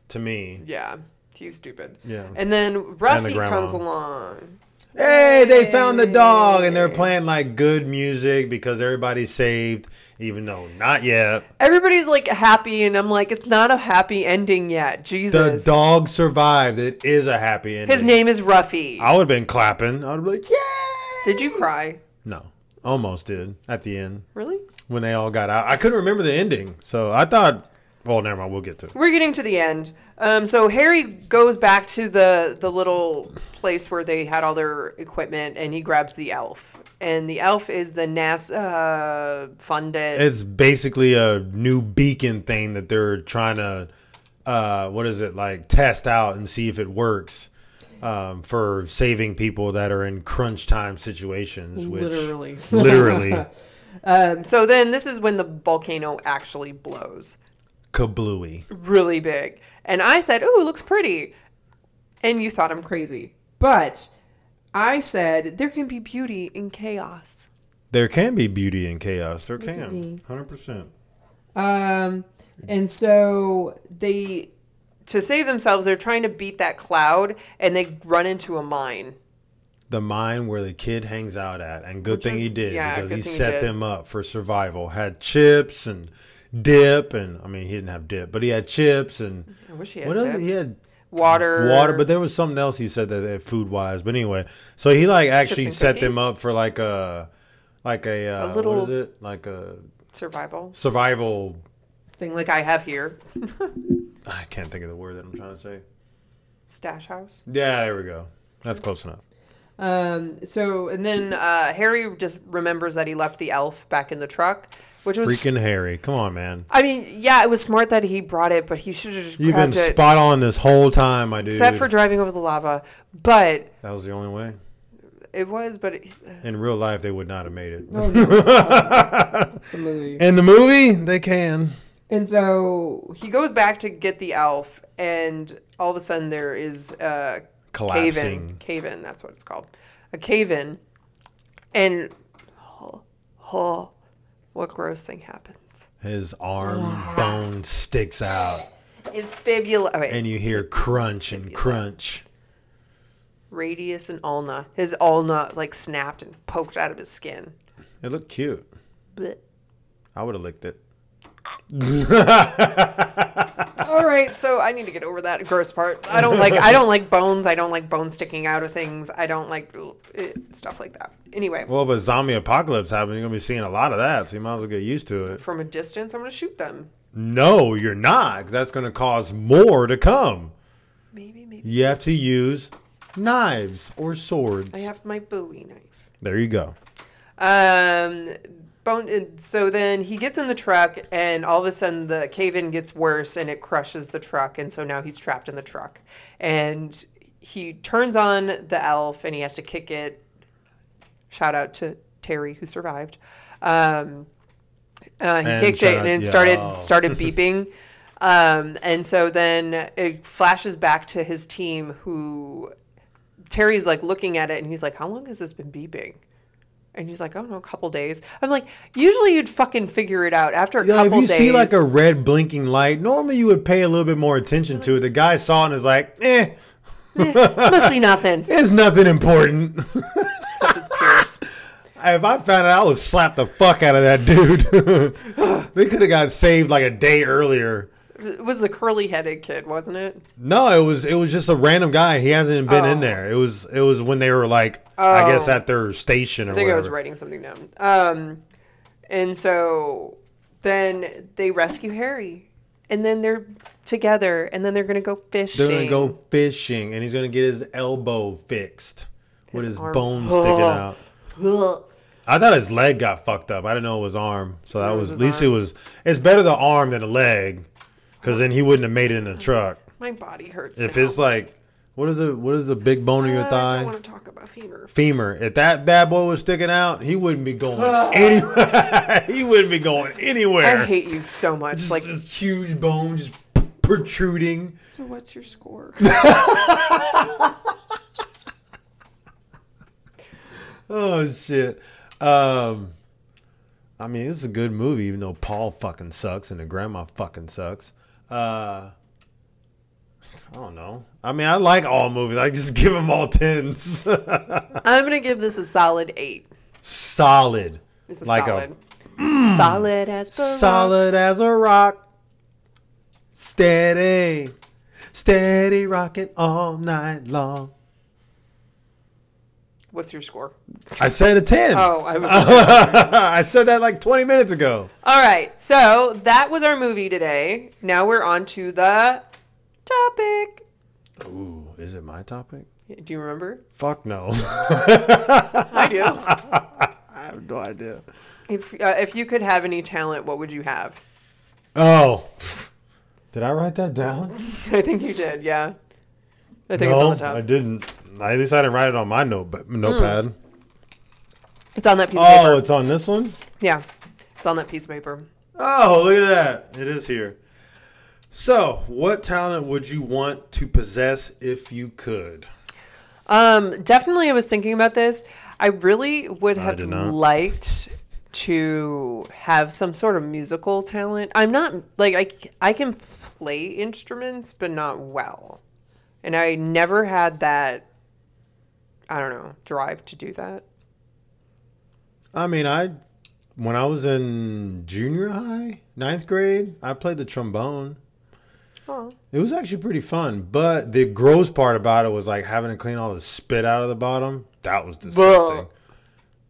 Speaker 2: to me.
Speaker 1: Yeah, he's stupid.
Speaker 2: Yeah.
Speaker 1: And then Ruffy
Speaker 2: grandma.
Speaker 1: comes along.
Speaker 2: Hey, they found the dog and they're playing like good music because everybody's saved, even though not yet.
Speaker 1: Everybody's like happy, and I'm like, it's not a happy ending yet.
Speaker 2: The
Speaker 1: Jesus.
Speaker 2: dog survived. It is a happy ending.
Speaker 1: His name is Ruffy.
Speaker 2: I would have been clapping. I would have been like, yeah.
Speaker 1: Did you cry?
Speaker 2: No, almost did at the end.
Speaker 1: Really?
Speaker 2: when they all got out. I couldn't remember the ending, so I thought, well, never mind, we'll get to it.
Speaker 1: We're getting to the end. Um, so Harry goes back to the the little place where they had all their equipment, and he grabs the elf. And the elf is the NASA funded.
Speaker 2: It's basically a new beacon thing that they're trying to, uh, what is it like, test out and see if it works um, for saving people that are in crunch time situations. Which,
Speaker 3: literally.
Speaker 2: literally,
Speaker 1: so then this is when the volcano actually blows.
Speaker 2: kablooey.
Speaker 1: really big. And I said, "Ooh, it looks pretty." And you thought I'm crazy.
Speaker 3: But
Speaker 1: I said, "There can be beauty in chaos."
Speaker 2: There can be beauty in chaos. There can, hundred percent.
Speaker 3: um and so
Speaker 1: They to save themselves, they're trying to beat that cloud and they run into a mine.
Speaker 2: The mine where the kid hangs out at, and good thing he did
Speaker 1: yeah,
Speaker 2: because
Speaker 1: good
Speaker 2: he
Speaker 1: thing he
Speaker 2: set
Speaker 1: did.
Speaker 2: them up for survival. Had chips and dip, and I mean he didn't have dip, but he had chips and
Speaker 1: I wish he had
Speaker 2: what else?
Speaker 1: dip.
Speaker 2: He had
Speaker 1: water.
Speaker 2: water, but there was something else he said that, that food wise. But anyway, so he like actually
Speaker 1: and
Speaker 2: set
Speaker 1: cookies?
Speaker 2: them up for like a like a, uh,
Speaker 1: little-
Speaker 2: what is it like a
Speaker 1: survival
Speaker 2: survival.
Speaker 1: thing like I have here.
Speaker 2: I can't think of the word that I'm trying to say.
Speaker 1: Stash house.
Speaker 2: Yeah, there we go. That's close enough.
Speaker 1: Um, so and then uh, Harry just remembers that he left the elf back in the truck, which was
Speaker 2: Freaking Harry, come on, man.
Speaker 1: I mean, yeah, it was smart that he brought it, but he should have just
Speaker 2: You've been
Speaker 1: grabbed it.
Speaker 2: spot on this whole time, my dude.
Speaker 1: except for driving over the lava. But
Speaker 2: that was the only way.
Speaker 1: it was, but it,
Speaker 2: In real life, they would not have made it.
Speaker 3: it's a movie.
Speaker 2: In the movie, they can.
Speaker 3: And so
Speaker 1: he goes back to get the elf, and all of a sudden there is a cave-in.
Speaker 2: Collapsing.
Speaker 1: Cave-in, that's what it's called. A cave-in, and oh, oh, what gross thing happens?
Speaker 2: His arm bone sticks out,
Speaker 1: Is fibula? Oh, wait,
Speaker 2: and you hear crunch and crunch.
Speaker 1: radius and ulna. His ulna like snapped and poked out of his skin.
Speaker 2: It looked cute. I would have licked it.
Speaker 1: All right, so I need to get over that gross part. I don't like I don't like bones. I don't like bones sticking out of things. I don't like uh, stuff like that. Anyway,
Speaker 2: Well, if a zombie apocalypse happens, you're gonna be seeing a lot of that, so you might as well get used to it.
Speaker 1: from a distance, I'm gonna shoot them.
Speaker 2: No, you're not, 'cause that's gonna cause more to come.
Speaker 1: Maybe, maybe
Speaker 2: You have to use knives or swords.
Speaker 1: I have my Bowie knife.
Speaker 2: there you go.
Speaker 1: Um, bone. and So then he gets in the truck, and all of a sudden the cave-in gets worse, and it crushes the truck, and so now he's trapped in the truck. And he turns on the elf, and he has to kick it. Shout out to Terry who survived. Um, uh, he
Speaker 2: And
Speaker 1: kicked
Speaker 2: shout
Speaker 1: it,
Speaker 2: out-
Speaker 1: and it
Speaker 2: yeah.
Speaker 1: started
Speaker 2: Oh.
Speaker 1: started beeping. Um, and so then it flashes back to his team who Terry's like looking at it and he's like, How long has this been beeping? And he's like, I don't know, a couple days. I'm like, usually you'd fucking figure it out after a
Speaker 2: Yeah, if
Speaker 1: couple
Speaker 2: you
Speaker 1: days.
Speaker 2: see like a red blinking light, normally you would pay a little bit more attention to it. The guy saw it and is like, eh,
Speaker 1: must be nothing.
Speaker 2: it's nothing important.
Speaker 1: Except it's Pierce.
Speaker 2: if I found out, I would slap the fuck out of that dude. they could have got saved like a day earlier.
Speaker 1: It was the curly headed kid, wasn't it?
Speaker 2: No, it was it was just a random guy. He hasn't been
Speaker 1: Oh.
Speaker 2: in there. It was it was when they were like, I guess at their station or
Speaker 1: I think
Speaker 2: whatever.
Speaker 1: I was writing something down. Um, and so then they rescue Harry. And then they're together. And then they're going to go fishing.
Speaker 2: They're gonna go fishing, and he's gonna get his elbow fixed with
Speaker 1: His
Speaker 2: his,
Speaker 1: arm.
Speaker 2: bone sticking out.
Speaker 1: go.
Speaker 2: I thought his leg got fucked up. I didn't know it was arm. So that
Speaker 1: it was
Speaker 2: was,
Speaker 1: his
Speaker 2: at least it was. It's better the arm than the leg, because then he wouldn't have made it in the truck.
Speaker 1: My body hurts.
Speaker 2: If
Speaker 1: now.
Speaker 2: it's like, what is it? What is the big bone in your
Speaker 1: Ah, I don't
Speaker 2: thigh?
Speaker 1: want to talk about femur.
Speaker 2: Femur. If that bad boy was sticking out, he wouldn't be going anywhere. he wouldn't be going
Speaker 1: I
Speaker 2: anywhere.
Speaker 1: hate you so much.
Speaker 2: Just
Speaker 1: like,
Speaker 2: this huge bone just protruding.
Speaker 1: so what's your score?
Speaker 2: Oh shit. Um I mean, it's a good movie, even though Paul fucking sucks and the grandma fucking sucks. Uh I don't know. I mean, I like all movies. I just give them all tens.
Speaker 1: I'm gonna give this a solid eight.
Speaker 2: solid,
Speaker 1: It's a
Speaker 2: like
Speaker 1: solid, solid as the
Speaker 2: a
Speaker 1: rock.
Speaker 2: solid as a rock. Steady, steady rocking all night long.
Speaker 1: What's your score?
Speaker 2: I said a ten.
Speaker 1: Oh, I was.
Speaker 2: I said that like twenty minutes ago.
Speaker 1: All right, so that was our movie today. Now we're on to the topic.
Speaker 2: Ooh, is it my topic?
Speaker 1: Do you remember?
Speaker 2: Fuck no.
Speaker 1: I do.
Speaker 2: I have no idea.
Speaker 1: if uh, if you could have any talent, what would you have?
Speaker 2: Oh. Did I write that down?
Speaker 1: I think you did. Yeah. I think it's on
Speaker 2: No,
Speaker 1: the top.
Speaker 2: I didn't. I, at least I didn't write it on my note, notepad.
Speaker 1: It's on that piece of
Speaker 2: Oh,
Speaker 1: paper.
Speaker 2: it's on this one?
Speaker 1: Yeah. It's on that piece of paper.
Speaker 2: Oh, look at that. It is here. So, what talent would you want to possess if you could?
Speaker 1: Um, definitely, I was thinking about this. I really would have
Speaker 2: did not.
Speaker 1: liked to have some sort of musical talent. I'm not like I c- I can play instruments, but not well, and I never had that. I don't know drive to do that.
Speaker 2: I mean, I when I was in junior high, ninth grade, I played the trombone.
Speaker 1: Oh,
Speaker 2: It was actually pretty fun, but the gross part about it was like having to clean all the spit out of the bottom. That was disgusting.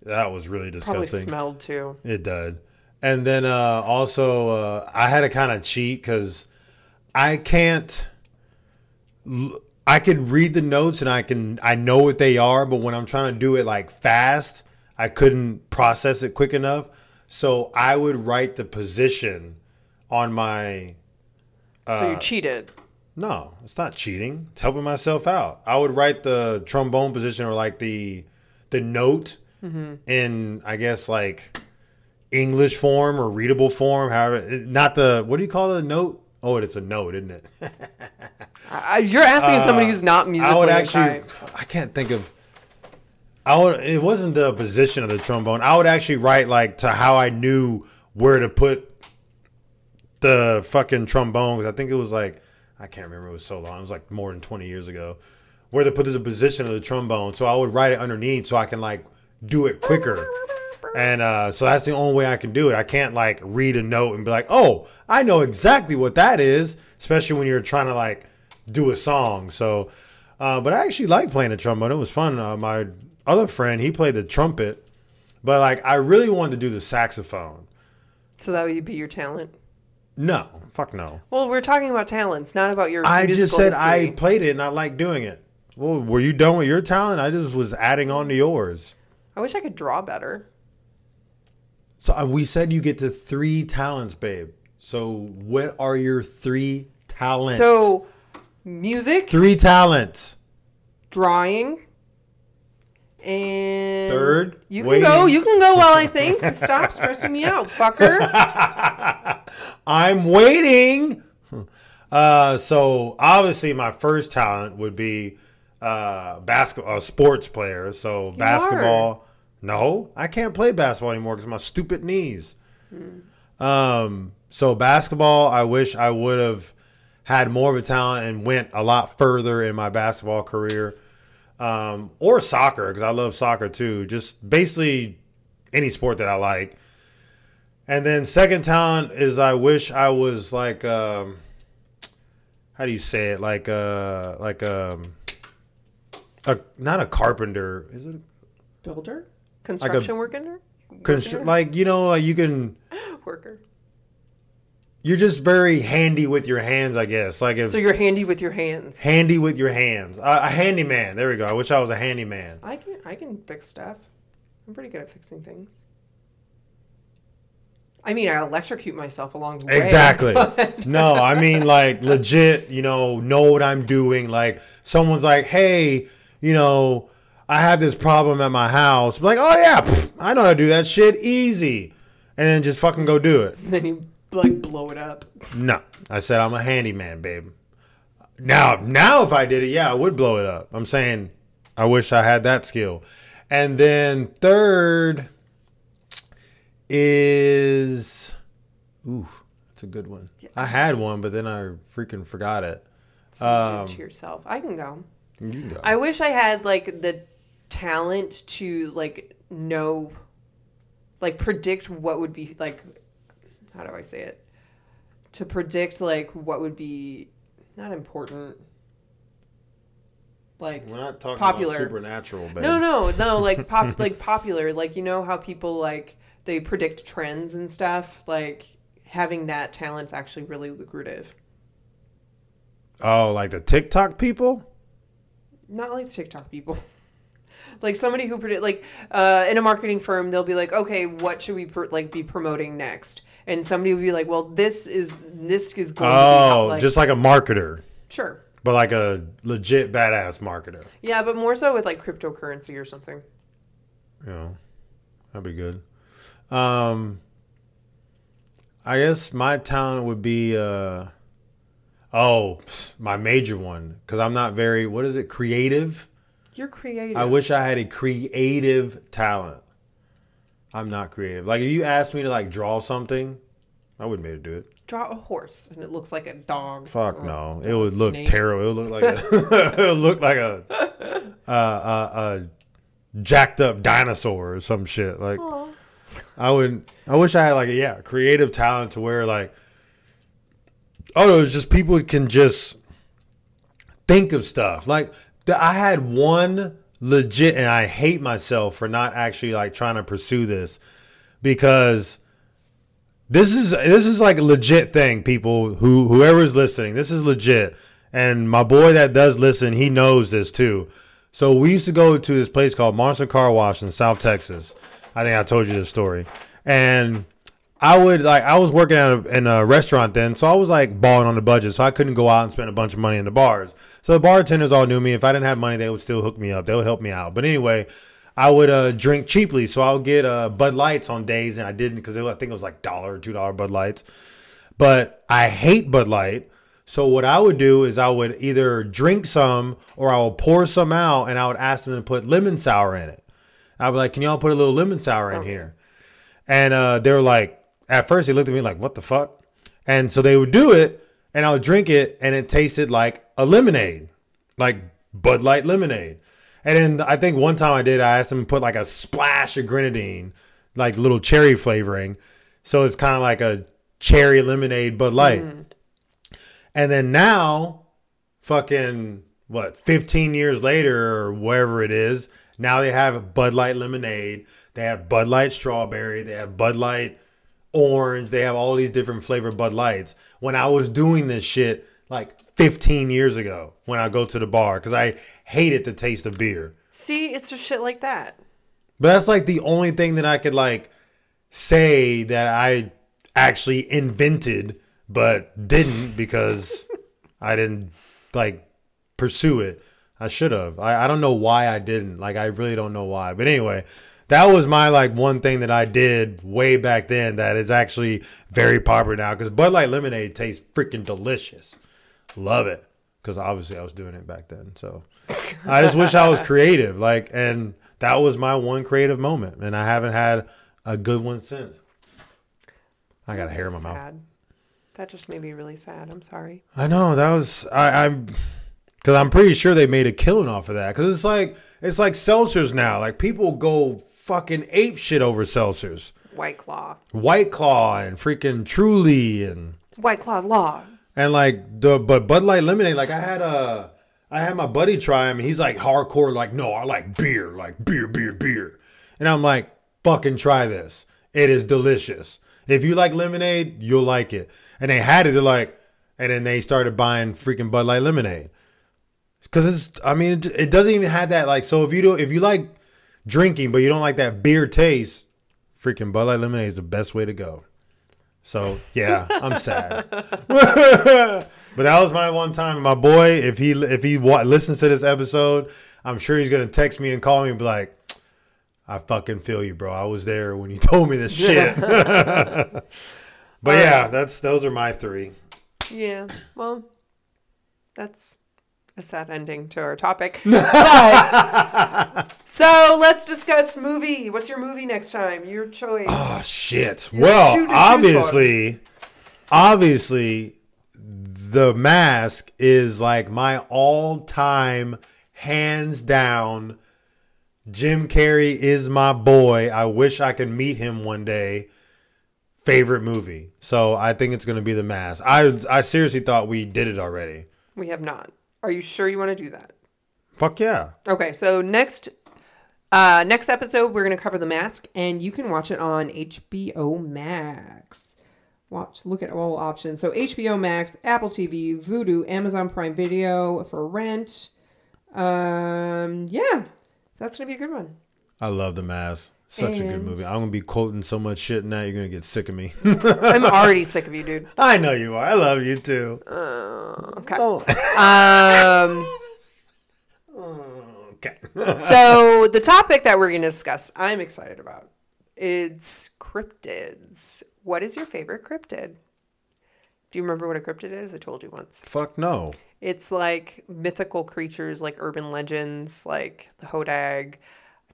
Speaker 2: That was really
Speaker 1: probably
Speaker 2: disgusting.
Speaker 1: smelled too.
Speaker 2: It did. And then uh, also, uh, I had to kind of cheat because I can't. l- I could read the notes and I can I know what they are, but when I'm trying to do it like fast, I couldn't process it quick enough. So I would write the position on my Uh,
Speaker 1: so you cheated.
Speaker 2: no, it's not cheating. It's helping myself out. I would write the trombone position or like the the note in I guess like English form or readable form, however it- not the what do you call the note? Oh, it's a note, isn't it?
Speaker 1: I, you're asking somebody who's not musically
Speaker 2: uh, I would actually
Speaker 1: inclined.
Speaker 2: I can't think of I would it wasn't the position of the trombone. I would actually write like to how I knew where to put the fucking trombone 'cause I think it was like I can't remember it was so long. It was like more than 20 years ago. Where to put the position of the trombone. So I would write it underneath so I can like do it quicker. And uh, so that's the only way I can do it. I can't like read a note and be like, "Oh, I know exactly what that is," especially when you're trying to like do a song. So, uh, but I actually like playing the trombone. It was fun. Uh, my other friend, he played the trumpet, but like I really wanted to do the saxophone.
Speaker 1: So that would be your talent.
Speaker 2: No, fuck no.
Speaker 1: Well, we're talking about talents, not about your.
Speaker 2: I just
Speaker 1: musical
Speaker 2: said I
Speaker 1: history.
Speaker 2: played it and I like doing it. Well, were you done with your talent? I just was adding on to yours.
Speaker 1: I wish I could draw better.
Speaker 2: So uh, we said you get to three talents, babe. So what are your three talents?
Speaker 1: So, music,
Speaker 2: three talents.
Speaker 1: drawing, and
Speaker 2: Third,
Speaker 1: You can
Speaker 2: waiting.
Speaker 1: go. You can go while I think. Stop stressing me out, fucker.
Speaker 2: I'm waiting. Uh, so obviously my first talent would be uh, basketball, a sports player. So basketball. No, I can't play basketball anymore because my stupid knees. Um, so basketball, I wish I would have had more of a talent and went a lot further in my basketball career. Um, or soccer because I love soccer too. Just basically any sport that I like. And then second talent is I wish I was like um how do you say it? Like uh like um a not a carpenter. Is it
Speaker 3: Builder?
Speaker 1: Construction worker.
Speaker 2: a constr- like you know like you can
Speaker 1: Worker.
Speaker 2: you're just very handy with your hands, I guess. Like if
Speaker 1: So you're handy with your hands.
Speaker 2: handy with your hands. A, a handyman. There we go. I wish I was a handyman.
Speaker 1: I can I can fix stuff. I'm pretty good at fixing things. I mean, I electrocute myself along the way.
Speaker 2: Exactly.
Speaker 1: but-
Speaker 2: no, I mean like legit, you know, know what I'm doing. Like someone's like, hey, you know, I have this problem at my house. like, oh yeah, pff, I know how to do that shit easy. And then just fucking go do it.
Speaker 1: then you like blow it up.
Speaker 2: No. I said I'm a handyman, babe. Now now if I did it, yeah, I would blow it up. I'm saying I wish I had that skill. And then third is ooh, that's a good one. I had one, but then I freaking forgot it.
Speaker 1: So you do it
Speaker 2: Um,
Speaker 1: to yourself. I can go.
Speaker 2: You can go.
Speaker 1: I wish I had like the talent to like know, like predict what would be like. How do I say it? To predict like what would be not important. Like
Speaker 2: We're not talking
Speaker 1: popular.
Speaker 2: about supernatural, babe.
Speaker 1: No, no, no. Like pop, like popular. Like you know how people like they predict trends and stuff. Like having that talent's actually really lucrative.
Speaker 2: Oh, like the TikTok people?
Speaker 1: Not like TikTok people. like somebody who predict like uh, in a marketing firm, they'll be like, okay, what should we pr- like be promoting next? And somebody will be like, well, this is this is going to be
Speaker 2: Oh,
Speaker 1: hot, like,
Speaker 2: just like a marketer,
Speaker 1: sure.
Speaker 2: but like a legit badass marketer.
Speaker 1: Yeah, but more so with like cryptocurrency or something.
Speaker 2: you know, that'd be good. Um, I guess my talent would be, uh, oh, my major one because I'm not very what is it creative.
Speaker 1: You're creative.
Speaker 2: I wish I had a creative talent. I'm not creative. Like if you asked me to like draw something, I wouldn't be able to do it.
Speaker 1: Draw a horse, and it looks like a dog.
Speaker 2: Fuck
Speaker 1: or-
Speaker 2: no, it would look
Speaker 1: Snake.
Speaker 2: terrible. It would look like a, it would look like a, uh, uh, a jacked up dinosaur or some shit. Like
Speaker 1: Aw.
Speaker 2: I would. I wish I had like a yeah, creative talent to where like, oh, it's just people can just think of stuff. Like the, I had one legit, and I hate myself for not actually like trying to pursue this because this is this is like a legit thing, people who whoever's listening, this is legit. And my boy that does listen, he knows this too. So we used to go to this place called Monster Car Wash in South Texas. I think I told you this story. And I would like I was working at a, in a restaurant then, so I was like balling on the budget, so I couldn't go out and spend a bunch of money in the bars. So the bartenders all knew me. If I didn't have money, they would still hook me up. They would help me out. But anyway, I would uh, drink cheaply, so I would get uh, Bud Lights on days, and I didn't because I think it was like dollar or two dollar Bud Lights. But I hate Bud Light. So what I would do is I would either drink some or I would pour some out, and I would ask them to put lemon sour in it. I'd be like, "Can y'all put a little lemon sour in here?" And uh, they were like, at first they looked at me like, what the fuck? And so they would do it, and I would drink it, and it tasted like a lemonade, like Bud Light lemonade. And then I think one time I did, I asked them to put like a splash of grenadine. like little cherry flavoring. So it's kind of like a cherry lemonade Bud Light. And then now, fucking what, 15 years later or wherever it is, now they have Bud Light lemonade, they have Bud Light strawberry, they have Bud Light orange, they have all these different flavored Bud Lights. When I was doing this shit like 15 years ago, when I go to the bar, because I hated the taste of beer.
Speaker 1: See, it's just shit like that.
Speaker 2: But that's like the only thing that I could like say that I actually invented but didn't because I didn't like pursue it. I should have. I, I don't know why I didn't. Like I really don't know why. But anyway, that was my like one thing that I did way back then that is actually very popular now because Bud Light lemonade tastes freaking delicious. Love it because obviously I was doing it back then. So I just wish I was creative. Like, and that was my one creative moment, and I haven't had a good one since. I got a hair in my mouth.
Speaker 1: sad. That just made me really sad. I'm sorry.
Speaker 2: I know that was I, I'm because I'm pretty sure they made a killing off of that because it's like it's like seltzers now. Like people go fucking ape shit over seltzers,
Speaker 1: White Claw.
Speaker 2: White Claw and freaking Truly and
Speaker 1: White Claw's Law.
Speaker 2: And like the but Bud Light lemonade, like I had a I had my buddy try him. And he's like hardcore, like no, I like beer, like beer, beer, beer. And I'm like, fucking try this. It is delicious. If you like lemonade, you'll like it. And they had it. They're like, and then they started buying freaking Bud Light lemonade because it's. I mean, it, it doesn't even have that like. So if you do, if you like drinking, but you don't like that beer taste, freaking Bud Light lemonade is the best way to go. So yeah, I'm sad. But that was my one time. My boy, if he if he wa- listens to this episode, I'm sure he's gonna text me and call me and be like, "I fucking feel you, bro. I was there when you told me this shit." but yeah, that's those are my three.
Speaker 1: Yeah. Well, that's a sad ending to our topic. But- so let's discuss movie. What's your movie next time? Your choice.
Speaker 2: Oh shit.
Speaker 1: two to
Speaker 2: Well,
Speaker 1: choose
Speaker 2: obviously, obviously, the mask is like my all-time, hands down. Jim Carrey is my boy. I wish I could meet him one day. Favorite movie. So I think it's gonna be The Mask. I I seriously thought we did it already.
Speaker 1: We have not. Are you sure you want to do that?
Speaker 2: Fuck yeah.
Speaker 1: Okay, so next uh next episode we're going to cover The Mask and you can watch it on HBO Max. Watch, look at all options. So HBO Max, Apple TV, Vudu, Amazon Prime Video for rent. Um yeah. That's going to be a good one.
Speaker 2: I love The Mask. Such a good
Speaker 1: And-
Speaker 2: movie. I'm gonna be quoting so much shit now. You're gonna get sick of me.
Speaker 1: I'm already sick of you, dude.
Speaker 2: I know you are. I love you too.
Speaker 1: Okay.
Speaker 2: Oh.
Speaker 1: Um
Speaker 2: Okay.
Speaker 1: so the topic that we're going to discuss, I'm excited about. It's cryptids. What is your favorite cryptid? Do you remember what a cryptid is? I told you once.
Speaker 2: Fuck no.
Speaker 1: It's like mythical creatures, like urban legends, like the Hodag,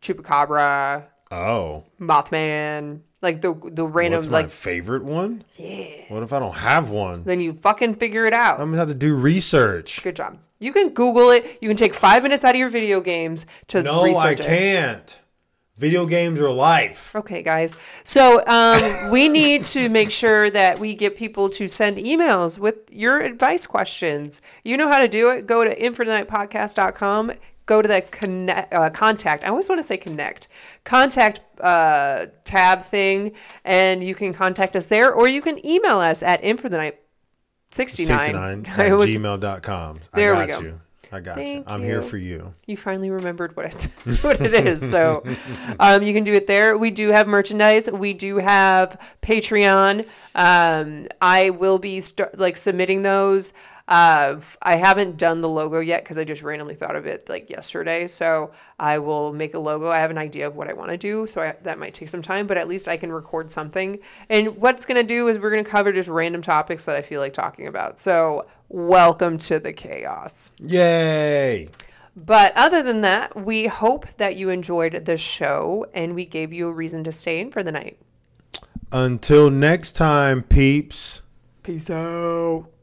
Speaker 1: Chupacabra,
Speaker 2: Oh,
Speaker 1: Mothman, like the the
Speaker 2: what's
Speaker 1: random
Speaker 2: my
Speaker 1: like
Speaker 2: favorite one?
Speaker 1: yeah.
Speaker 2: What if I don't have one?
Speaker 1: Then you fucking figure it out.
Speaker 2: I'm gonna have to do research.
Speaker 1: Good job. You can Google it. You can take five minutes out of your video games to
Speaker 2: No, I
Speaker 1: research it.
Speaker 2: can't. Video games are life.
Speaker 1: Okay, guys. So um, we need to make sure that we get people to send emails with your advice questions. You know how to do it. Go to infinitepodcast.com. Go to the connect, uh, contact. I always want to say connect. Contact uh, tab thing, and you can contact us there, or you can email us at infinite69.
Speaker 2: 69 at
Speaker 1: I was-
Speaker 2: gmail.com.
Speaker 1: There we
Speaker 2: I got
Speaker 1: go.
Speaker 2: you. I got you.
Speaker 1: Thank
Speaker 2: I'm here
Speaker 1: you.
Speaker 2: for you.
Speaker 1: you finally remembered what it, what it is. So um, you can do it there. We do have merchandise. We do have Patreon. Um, I will be st- like submitting those. Uh, I haven't done the logo yet because I just randomly thought of it like yesterday. So I will make a logo. I have an idea of what I want to do. So I, that might take some time, but at least I can record something. And what's going to do is we're going to cover just random topics that I feel like talking about. So welcome to the chaos.
Speaker 2: Yay.
Speaker 1: But other than that, we hope that you enjoyed the show and we gave you a reason to stay in for the night.
Speaker 2: Until next time, peeps.
Speaker 1: Peace out.